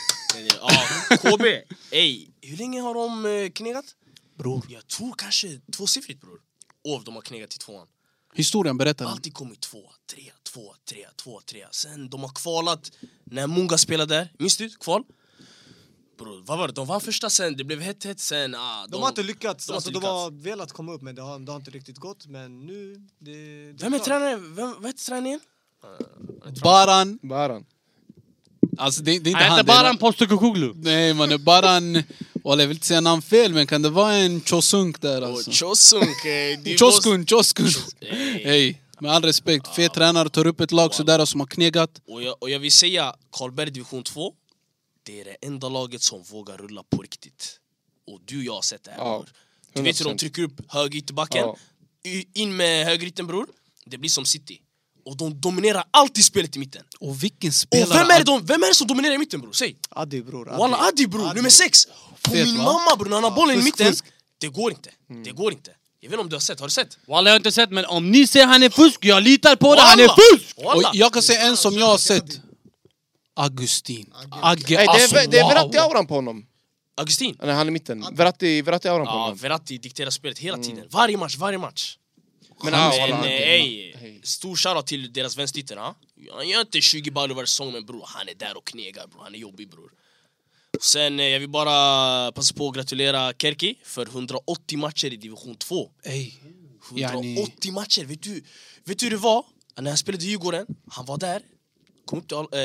Ja, KB. Ey, hur länge har de eh, knegat?
Bror.
Jag tror kanske tvåsiffrigt bror. År de har knegat till tvåan.
Historien, berätta den.
Alltid kommit två, tre, två, tre, två, tre. Sen de har kvalat när Munga spelade där. Minns du? Kval? Bror, vad var det? De vann första sen, det blev hett, hett sen. Ah,
De har inte lyckats.
de har
alltså,
inte
de har velat komma upp men det har, det har inte riktigt gått. Men nu... Det, det
Vem är
klart.
tränaren? Vem, vad heter tränaren igen?
Baran.
Baran.
Alltså det, det är inte
Han
han. det
heter
är-
Baran Postukukuglu.
Nej man, det är Baran... Walla jag vill inte säga namn fel men kan det vara en Chosunk där alltså?
Och Chosunk. eh, det är
Choskun, Choskun!
Ey.
Hej, med all respekt.
Ah.
Fet tränare, tar upp ett lag sådär som har knegat.
Och jag, och jag vill säga, Karlberg division 2 Det är det enda laget som vågar rulla på riktigt Och du och jag har sett det här
Ja,
bror. Du vet hur de
100%.
trycker upp högerytterbacken
Ja.
y- In med högerytten bror Det blir som City Och de dominerar alltid spelet i mitten
Och vilken
Och
spelare!
vem är, det de, vem är det som dominerar i mitten bror? Säg!
Adi bror. Adi.
Walla Adi bror, nummer sex! På
Fet,
min
va?
mamma bror, när han har bollen i
fusk,
mitten Mm.
fusk.
Det går inte, det går inte Jag vet inte om du har sett, har du sett?
Walla jag har inte sett men om ni säger han är fusk, jag litar på det, han är
Walla!
fusk!
Och
Walla!
jag kan säga en som jag har sett. Augustin. Agge,
Ey, det
alltså
är, det är
wow!
Verratti-auran på honom.
Augustin!
Ah. Nej, han är i mitten. Verratti- Verratti-auran på
Ja,
honom.
Mm. Verratti dikterar spelet hela tiden. Varje match, varje match.
Men han-
Men
han-
ey, stor shoutout till deras vänsterytter. ha? Han gör inte 20 baller varje säsong men bror, han är där och knegar bror. Han är jobbig bror. Sen eh, jag vill bara passa på att gratulera Kerki för 180 matcher i division 2.
Ey. Yani-
180 matcher, vet du, vet du hur det var? När han spelade i Djurgården, han var där, kom upp till all- eh,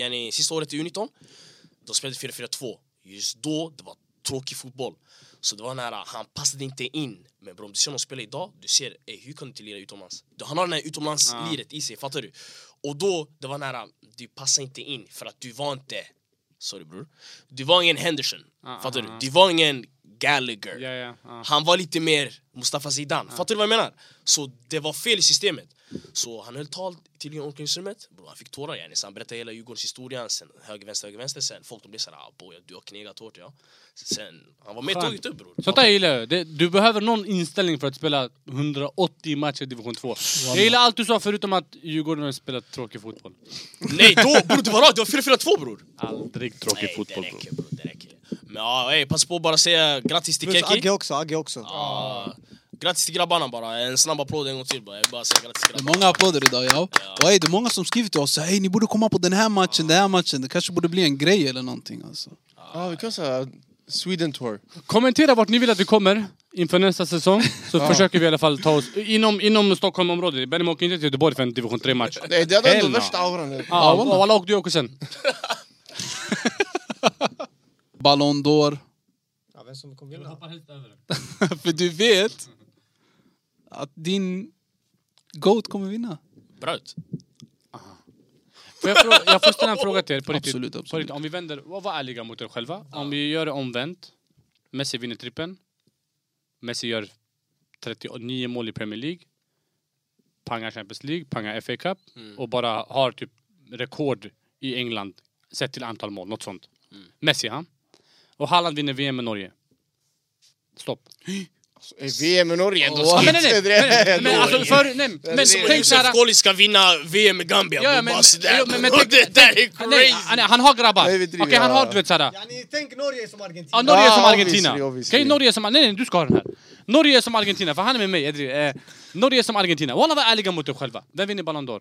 yani, sista året i U19, de spelade 4-4-2. Just då, det var tråkig fotboll. Så det var nära, han passade inte in. Men bro, om du ser någon spela idag, du ser, ey, hur kan du inte lira utomlands? Du- Han har det här utomlandsliret i sig, fattar du? Och då, det var nära, du passar inte in för att du var inte, sorry bror, du var ingen Henderson,
Ah,
fattar
ah,
du?
ah.
Du var ingen Gallagher.
Ja, ja, ja.
Han var lite mer Mustafa Zidane, fattar du vad jag menar? Så det var fel i systemet Så han höll tal till i omklädningsrummet, Bro, han fick tårar yani, så han berättade hela Djurgårdens historia Sen höger, vänster, höger, vänster, sen folk de blev såhär ah, boy, du har knegat hårt ja Sen, han var med
Skönt.
tåget upp bror
Sånt där gillar jag. Det, du behöver någon inställning för att spela 180 matcher i division 2. Jag gillar allt du sa förutom att Djurgården har spelat tråkig fotboll.
Nej då bror det var rakt, det var
(laughs)
4-4-2 bror!
Aldrig tråkig
Nej det
fotboll bror.
räcker bror, det räcker Men ja, ey, passa på att bara säga grattis till
Plus Agge
Keki
också, Agge också.
ah, Grattis till grabbarna bara, en snabb applåd en gång till bara, jag vill bara säga grattis till
Det
grabbarna
är många applåder idag ja. Och ey, det är många som skrivit till oss hej ni borde komma på den här matchen, den här matchen. Det kanske borde bli en grej eller någonting alltså.
Ja, Ah, vi kan säga Sweden Tour.
Kommentera vart ni vill att vi kommer inför nästa säsong. (laughs) Så försöker vi i alla fall ta oss inom, inom Stockholmområdet. Benny åker inte till Göteborg för en division 3-match.
Nej, det hade ändå
Hell no.
värsta auran. där.
Ja, och alla åkte ju också sen.
Ballon d'Or. (laughs)
Ja, vem som kommer vinna?
För du vet att din GOAT kommer vinna.
Braut
Får jag, fråga, jag får ställa
(laughs)
en fråga till er på riktigt.
Absolut, absolut.
På riktigt, om vi vänder, var, var ärliga mot er själva. Om vi gör det omvänt. Messi vinner trippen. Messi gör 39 mål i Premier League. Pangar Champions League, pangar FA Cup.
Mm.
Och bara har typ rekord i England sett till antal mål, något sånt.
Mm.
Messi han. Och Haaland vinner VM med Norge.
(laughs)
Stopp.
Eh, VM i Norge, då
Ja,
ska
men nej, nej,
inte
nej,
det.
nej, men alltså för, nej, men
det är
tänk såhär.
Josef Goli ska vinna VM i Gambia
Ja, ja,
bror,
men-
bara sådär
jo, men- men
bror.
tänk-
Det där är
Han, nej,
crazy!
han, han har grabbar.
Nej, vi
Okej,
driver,
han
ja.
har du vet såhär.
Ja, ni tänk Norge som Argentina.
Ja, Norge
Ah,
som Argentina.
obviously,
Okej,
obviously.
Norge som... Nej, nej, du ska ha den här. Norge som Argentina, för han är med mig. Jag driver. Eh, Norge som Argentina. Walla, var ärliga mot er själva. Vem vinner Ballon d'Or?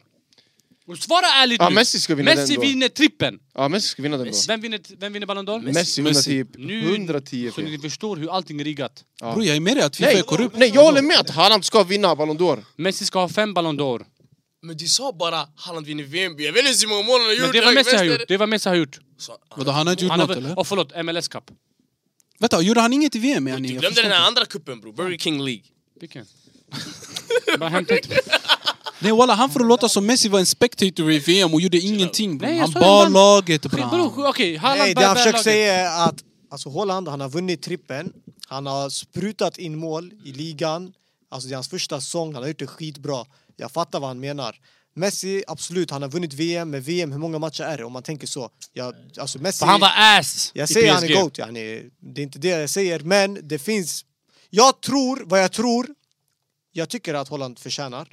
Och Svara ärligt
Ja,
nu.
Messi ska vinna
Messi
den då.
vinner trippen.
Ja, Messi ska vinna den då.
Vem vinner, vem vinner Ballon d'Or?
Messi vinner typ
Nu-
110
Så ni förstår hur allting är riggat.
Ja.
Bror jag är med dig att Fifa är
Nej,
korrupt.
nej, jag håller med att Haaland ska vinna Ballon d'Or.
Messi ska ha fem Ballon d'Or.
Men du sa bara Haaland vinner VM, jag vet inte hur många mål han har
Men
gjort
det var
höger,
Messi har
vänster.
gjort. Det var Messi har gjort.
Så, ah.
Vadå, han har inte gjort
Han
något
har,
eller?
oh, förlåt, MLS Cup.
Vänta, gjorde han inget i VM yani?
Du
Jag
glömde
förstår
den här andra kuppen bror, Burger King League
(laughs)
Vilken? Bara hämta ut.
inte. Nej walla, han får låta som Messi var en spectator i VM och gjorde ingenting
Nej,
bror.
jag
Han
sa ju
bar
han-
laget
Vadå,
bror.
Okej, Haaland
Nej, det
bär-
han
bär
försöker
laget.
säga är att alltså Holland, han har vunnit trippen. Han har sprutat in mål i ligan. Alltså det är hans första säsong, han har gjort det skitbra. Jag fattar vad han menar. Messi, absolut, han har vunnit VM. Men VM, hur många matcher är det om man tänker så? Jag, alltså Messi,
För han var ass
jag
i
säger han är
PSG.
GOAT, yani. det är inte det jag säger. Men det finns... Jag tror, vad jag tror, jag tycker att Holland förtjänar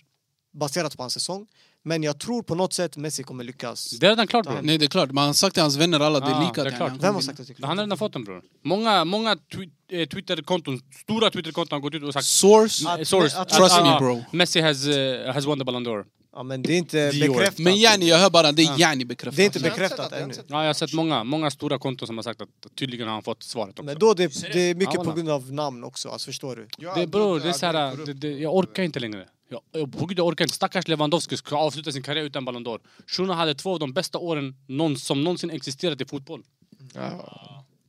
baserat på hans säsong. Men jag tror på något sätt Messi kommer lyckas.
Det är redan klart bror.
Nej det är klart, man har sagt till hans vänner alla, det
Ah,
är lika.
det är
yani,
klart.
han kommer
Vem har
vinna.
sagt att det är klart?
Han har redan fått den bror. Många, många twi- eh, Twitterkonton, stora Twitterkonton har gått ut och sagt
Source.
Att-
eh, source,
att-
Trust me,
ah,
bro.
Messi has, eh, has won the Ballon d'Or.
Ja men det är inte
Dior.
bekräftat.
Men yani, jag hör bara, det är yani bekräftat.
Det är inte bekräftat ännu.
Ja, jag har sett många, många stora konton som har sagt att tydligen har han fått svaret också.
Men då det, det är
Ja,
mycket på
voilà.
grund av namn också, alltså förstår du?
det, bror, det är så här, det, det, jag orkar inte längre. Jag, jag, på gud, jag orkar inte. Stackars Lewandowski ska avsluta sin karriär utan Ballon d'Or. Shuno hade två av de bästa åren någon, som någonsin existerat i fotboll.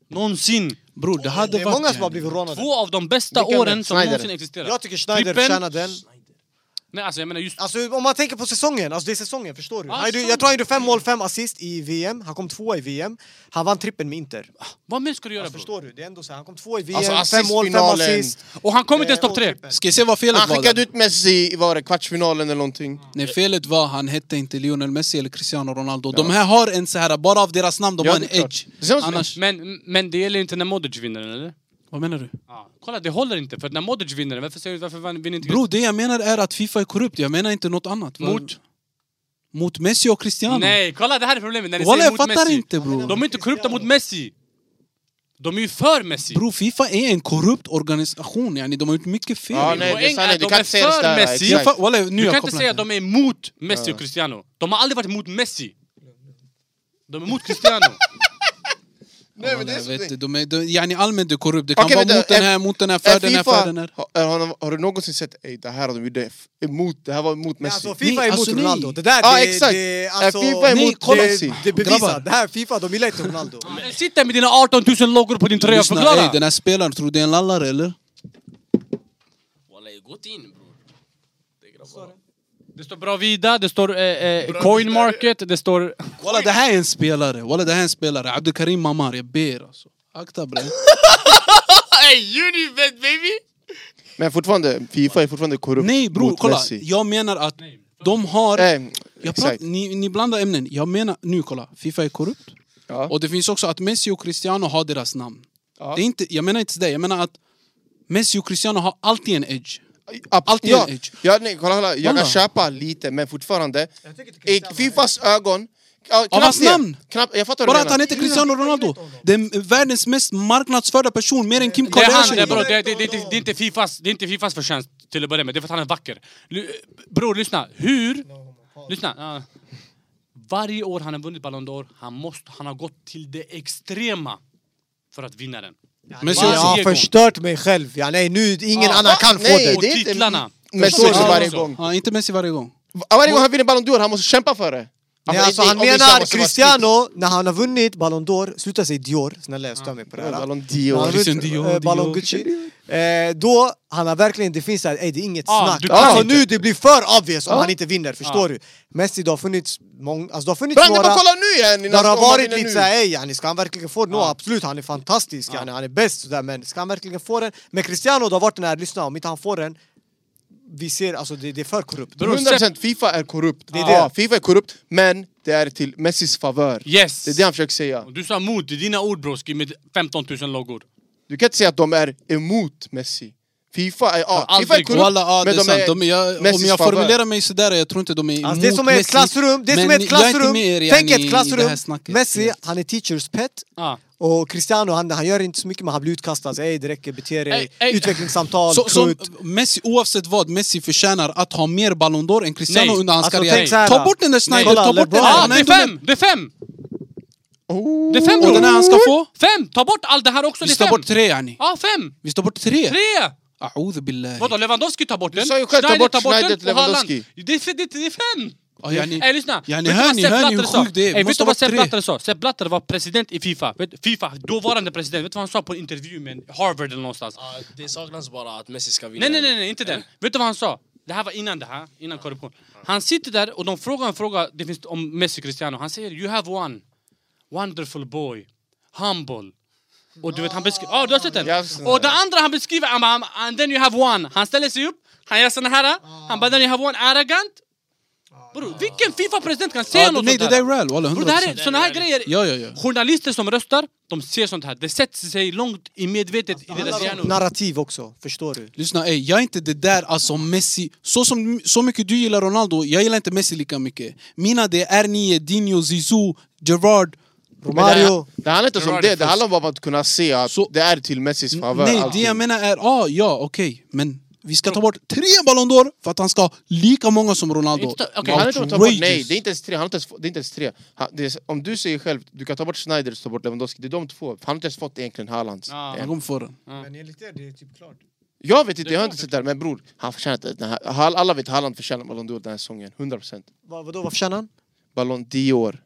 Någonsin!
Bror det hade
Det är
varit
många som har
yani.
blivit rånade.
Två av de bästa
Vilka
åren
med?
som
Schneider.
någonsin existerat.
Jag tycker Schneider
Trippen-
förtjänar den.
Nej alltså jag menar just...
Alltså om man tänker på säsongen, alltså det är säsongen, förstår du?
Ja,
Han gjorde-
säsongen.
jag tror han gjorde fem mål, fem assist i VM, han kom tvåa i VM. Han vann trippen med Inter.
Vad mer ska du göra
Alltså,
bror?
förstår du? Det är ändå så här, han kom tvåa i VM,
Alltså,
fem mål, fem
assistfinalen.
assist.
Och han kommer inte ens
Eh,
topp tre!
och trippen.
Ska jag se vad felet
Ah,
Han
var?
skickade
där?
ut Messi i vad var det, kvartsfinalen eller någonting.
Nej felet var, han hette inte Lionel Messi eller Cristiano Ronaldo. De här har en så här, bara av deras namn, de
Ja,
har en
det är klart.
edge.
Det känns-
Annars...
Men, men det gäller inte när Modric vinner den eller?
Vad menar du?
Kolla det håller inte, för när Modric vinner den, varför, säger, varför vinner inte
Bro, det jag menar är att Fifa är korrupt, jag menar inte något annat.
Mot?
Mot Messi och Cristiano.
Nej, kolla det här är problemet, när ni
Walla,
säger
jag
mot
fattar
Messi.
inte, bro.
De är inte korrupta mot Messi! De är ju för Messi!
Bro, Fifa är en korrupt organisation, yani de har gjort mycket fel.
Ja,
Min
nej, det är
poäng är
sant. Du
att
kan
de
inte säga
är
det
för
sådär.
Messi.
exakt.
Fa- walla, nu
Du
jag
kan inte
kopplar
säga att
inte.
de är emot Messi och Cristiano. De har aldrig varit emot Messi. De är emot Cristiano. (laughs)
Nej, men det är
Jag
så-
vet, de är, de, yani allmänt är korrupt. Det kan
Okej,
vara
men
mot
det-
den här, mot den här, för den här, för den här.
eh, har, har, har du någonsin sett ey, det här de gjorde f- emot, det här var emot
Nej,
Messi?
alltså Fifa är
Nej,
emot
alltså, nej.
Ronaldo. Det där,
Ja,
det,
exakt.
det,
Ja,
alltså,
FIFA är
det-
emot Messi.
det, det bevisar.
Grabbar.
Det här Fifa, de gillar inte Ronaldo.
Sitta med dina 18 000 loggor på din tröja,
Lyssna,
förklara!
ey, den här spelaren, tror du det är en lallare eller?
Walla, gått in bror. Det är grabbar.
Det står Bravida, det står eh, eh, Coin Market, det står...
Walla det här är en spelare, walla det här är en spelare. Abdelkarim Mamar, jag ber alltså. Akta bre.
Ey, Unibet baby!
Men fortfarande, Fifa är fortfarande korrupt
Nej bror,
mot
kolla.
Messi.
Jag menar att de har...
Eh,
Jag
exakt.
pratar, ni, ni blandar ämnen. Jag menar, nu kolla, Fifa är korrupt.
Ja.
Och det finns också att Messi och Cristiano har deras namn.
Ja.
Det är inte, jag menar inte det, jag menar att Messi och Cristiano har alltid en edge.
Ab-
alltid
ja,
en edge.
ja, nej, kolla, kolla, jag kan
Kolla.
köpa lite, men fortfarande.
tycker inte
I
Cristiano
Fifas ögon... Ja, knappt
hans
det.
namn?
Knappt, jag fattar
Bara
vad
att
du
han
menar.
heter Cristiano Ronaldo. Den världens mest marknadsförda person, mer än Kim
Det är han,
Kardashian.
det är, bro, det, det, det, det, det, är inte Fifas, det är inte Fifas förtjänst till att börja med, det är för att han är vacker. Lu- Bror, lyssna. Hur... Lyssna. ja. Varje år han har vunnit Ballon d'Or, han, måste, han har gått till det extrema för att vinna den.
Messi
Varje
också.
Jag har
gång.
förstört mig själv. Ja, nej, nu, ingen
Ja,
annan
va?
kan få
Ah, Nej,
det.
Och
det är inte-
titlarna!
Messi
Förstår
också
du?
varje
Alltså.
gång.
Ja, inte Messi varje gång.
Varje gång han vinner Ballon d'Or, han måste kämpa för det.
Nej,
det-
alltså,
det-
han
om det inte
menar
måste vara
Cristiano, när han har vunnit Ballon d'Or, sluta säga Dior, snälla jag stör mig på det
skit.
här.
Ballon
När han har
d'Or.
Christian
vunnit,
Dior,
eh, Ballon
Dior.
Gucci. Eh, då, han har verkligen, det finns såhär, ey det är inget
Ja,
snack.
du kan
Alltså
inte.
nu det blir för obvious om
Ja.
han inte vinner, förstår du? Messi, det har funnits många, alltså det har funnits
Branden,
några
bara kolla nu igen!
Det
innan-
har
om han
varit
vinner
lite
nu.
såhär, ey yani, ska han verkligen få den? Ja. absolut, han är fantastisk, yani, han är bäst sådär, men ska han verkligen få den? Men Cristiano, det har varit den här, lyssna, om inte han får den, vi ser, alltså det, det är för korrupt.
Bror,
100% Fifa är korrupt.
Det är
Ja,
det.
Fifa är korrupt, men det är till Messis favör.
Yes!
Det är det han försöker säga.
Du sa emot, det är dina ord bror, skriv med 15 000 loggor.
Du kan inte säga att de är emot Messi. Fifa är, ja,
aldrig
FIFA är
gått.
korrupt,
Walla, ja, det är sant. De är, jag, om
Messis
jag
favör.
formulerar mig sådär, jag tror inte de är
Alltså, det är
emot
som är ett
Messi,
klassrum, det är som
men
är ett
jag inte
klassrum!
med er,
Tänk
yani,
ett
i det här
klassrum!
snacket.
Messi,
Ja.
han är teachers pet.
Ah.
Och Cristiano, han, han gör inte så mycket men han blir utkastad. Ey det räcker, bete dig,
Ey, ey.
utvecklingssamtal,
Så, så
kutt.
Messi, oavsett vad, Messi förtjänar att ha mer Ballon d'Or än Cristiano
Nej.
under hans
Alltså,
karriär.
tänk så här,
ta bort den där Schneider,
Kolla,
ta bort den
LeBron.
där.
Ah,
Han
det är
inte med-
fem! Det är fem!
Oh.
Det är fem
Oh. Och den här
bror!
han ska få?
Fem! Ta bort allt det här också,
Vi
det är
tar
fem!
bort tre yani.
Ja, fem!
Vi tar bort tre!
Tre!
A'udhu billahi.
Vadå, Lewandowski tar bort den?
sa ju själv, ta
Schneider
bort
tar
Schneider
den,
till
och Haaland.
Lewandowski.
Det är, f- det, det är fem!
Ja, yani-
Ey lyssna!
yani,
vet du
hör
vad
ni-
Sepp
hör ni
Blatter
hur
sa?
sjukt det är? Vi
Ey, vet
måste ta
du vad
bort
Sepp
tre.
Blatter sa? Sepp Blatter var president i Fifa. Vet, Fifa, dåvarande president, vet du vad han sa på en intervju med en Harvard eller någonstans?
Ja, Ah, det saknas bara att Messi ska vinna.
Nej, nej, nej, nej, inte den. Vet du vad han sa? Det här var innan det här, innan korruption. Han sitter där och de frågar en fråga det finns om Messi Cristiano. Han säger you have one wonderful boy, humble. Och du vet han beskriver, ja du har sett den?
Yes.
Och det andra han beskriver, han bara, and then you have one. Han ställer sig upp, han gör sån här, han bara then you have one arrogant. Bro, vilken Fifa-president kan säga
Ja,
något
nej, det
sånt
där
här?
är real, walla.
Bro, det här är,
100%.
såna här grejer,
Ja, ja, ja.
journalister som röstar, de ser sånt här. Det sätter sig långt i medvetet i
Alltså,
Det
deras
handlar om
hjärnor.
narrativ också, förstår du?
Lyssna, ey, jag är inte det där alltså Messi. Så, som, så mycket du gillar Ronaldo, jag gillar inte Messi lika mycket. Mina det är R9, Dinho, Zizou, Gerard.
Men det-
Romario,
Det handlar inte om
Gerard är
det, det
fusk.
handlar bara om att kunna se att
Så-
det är till Messis favör.
Nej, det
allting.
jag menar är, ah, ja okej, men vi ska ta bort tre Ballon d'Or för att han ska ha lika många som Ronaldo.
Inte- okej,
Det handlar inte om att ta bort,
Outrageous.
nej, det är inte ens tre. Han har inte ens, fått- det är inte ens tre. Han, det är, s- om du säger själv, du kan ta bort Schneider och ta bort Lewandowski. Det är de två. Han har inte ens fått egentligen Haalands.
Ja.
Han kommer få den.
Men enligt er, det är typ klart.
Jag vet inte, jag har inte sett det här. Men bror, han förtjänar inte den här. Hall- Alla vet Haaland förtjänar Ballon d'Or den här säsongen. 100%.
Va, vadå, varför tjänar han?
Ballon d'Or.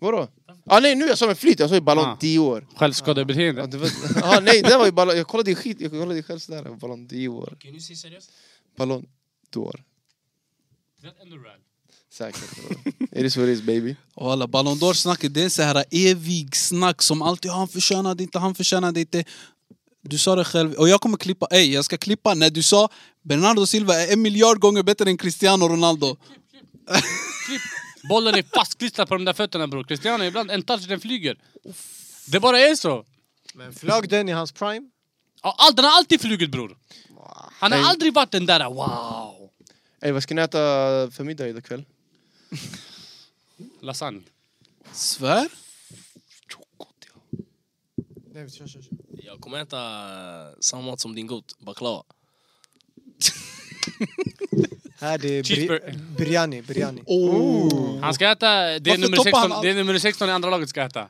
Vadå? Ah, nej, nu jag sa med flit. Jag sa ju Ballon
Ah.
d'Or.
Självskadebeteende.
Ja, det var, (laughs) ah, nej, det var ju Ballon... Jag kollade ju skit. Jag kollade ju själv sådär. Ballon d'Or.
Kan du säga seriöst?
Ballon d'Or.
That and the rag.
Säkert. bror. It is what it is baby.
Och alla Ballon d'Or-snacket, det är så här evig snack som alltid "Ah, han förtjänade inte, han förtjänade inte. Du sa det själv, och jag kommer klippa, ey jag ska klippa när du sa Bernardo Silva är en miljard gånger bättre än Cristiano Ronaldo.
Bollen är fastklistrad på de där fötterna bror. Cristiano ibland en touch den flyger. Det bara är så.
Men flög den i hans prime?
Ja, All, den har alltid flugit bror. Han har aldrig varit den där wow.
Ey, vad ska ni äta för middag idag kväll?
Lasagne.
Svär?
Nej, men kör, kör, kör.
Jag kommer äta eh, samma mat som din goat, baklava.
Här det är bri-
Cheeseburger.
biryani, biryani.
Han ska äta det
Varför
nummer,
toppar han
16,
allt?
det nummer 16 i andra laget ska äta.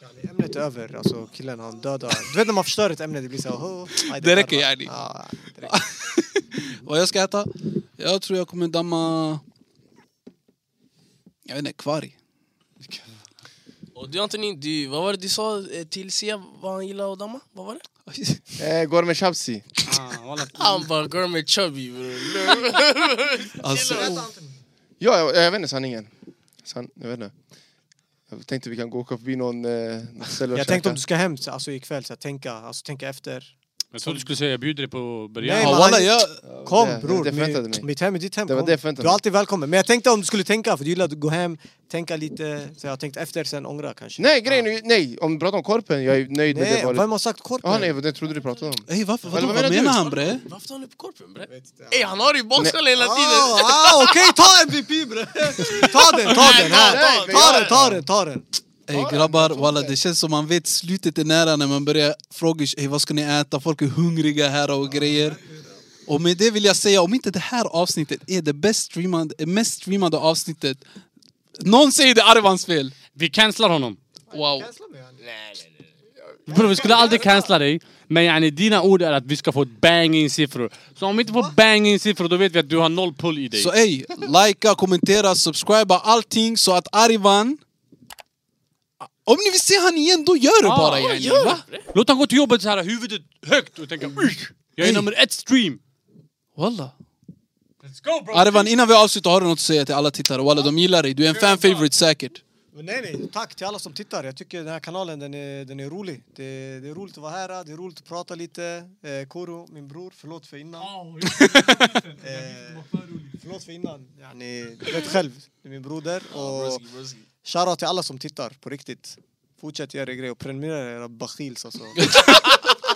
Ja, Ämnet är över, alltså killen han dödar. Du vet när man förstör ett ämne, det blir så här... Oh, aj,
Det räcker,
där var-
yani.
Ja, det räcker.
Vad jag ska äta? Jag tror jag kommer damma... Jag vet inte, kvarg.
Och du Anthony, du, vad var det du sa eh, till Sia vad han gillar att damma? Vad var det?
Eh, går med Shabsi.
Ah, walla.
Han bara går med chubby bror.
Alltså,
Ja, jag, jag vet inte sanningen. San, jag vet inte. Jag tänkte vi kan gå och åka förbi någon, eh, något ställe och
Jag tänkte
käka.
om du ska hem så- alltså, ikväll, så här, tänka, alltså, tänka efter.
Jag trodde du skulle säga jag bjuder dig på
Nej,
ja,
biryani.
men
walla,
han-
jag...
Kom
det- det
bror,
förväntade mig.
mitt hem är ditt hem.
Det var
kom.
det jag förväntade
du är
mig.
alltid välkommen. Men jag tänkte om du skulle tänka, för du gillar att gå hem, tänka lite. Så jag har tänkt efter, sen ångra kanske.
Nej, grejen är ju- nej, om du pratar om korpen, jag är nöjd med
Nej,
det valet.
vem har sagt korpen?
Jaha, nej, det trodde du pratade om.
Alltså, Ey, varför, vadå,
Eller vad
vad
menar
menar
du?
han bre?
Varför tar han upp korpen bre? Ey han har det i bakskallen hela tiden!
Ah, ah, Okej, ta MVP bre! Ta den, ta den! här.
Nej,
nej,
Ta
nej.
den, ta den, ta den!
Ey grabbar, walla, det känns som man vet slutet är nära när man börjar fråga ey, vad ska ni äta, folk är hungriga här och grejer. Och med det vill jag säga, om inte det här avsnittet är det bäst streamade, mest streamade avsnittet någon säger det är Arvans fel!
Vi cancelar honom.
Wow.
Nej, nej, nej.
Bror vi skulle aldrig cancella dig. Men yani, dina ord är att vi ska få bang-in-siffror. Så om vi inte får bang-in-siffror då vet vi att du har noll pull i dig.
Så ey, likea, kommentera, subscriba, allting så att Arvan... Om ni vill se han igen, då gör det
Ja,
bara
ja,
yani!
Ah, gör
va?
Låt han gå till jobbet så här huvudet högt och tänka "Usch, Jag är
Ey.
nummer ett stream.
Walla.
Let's go bro!
Arvan, innan vi avslutar, har du något att säga till alla tittare? Walla, de gillar dig, du är en fan favorite säkert.
Men nej, nej. Tack till alla som tittar. Jag tycker den här kanalen den är, den är rolig. Det, det är roligt att vara här, det är roligt att prata lite. Eh, Koro, min bror, förlåt för innan. (laughs) Eh, förlåt för innan. Ja, ni du vet själv, det är min broder. Och
Broski, broski.
shoutout till alla som tittar, på riktigt. Fortsätt göra er grej och prenumerera era bakhils alltså.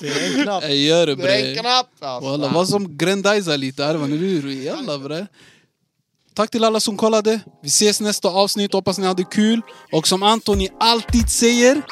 det är en knapp.
Ey, gör det
Det
bre.
är knappt alltså.
Walla, vad som grandiza lite Arvan, eller hur? Jalla bre. Tack till alla som kollade. Vi ses nästa avsnitt, hoppas ni hade kul. Och som Antoni alltid säger...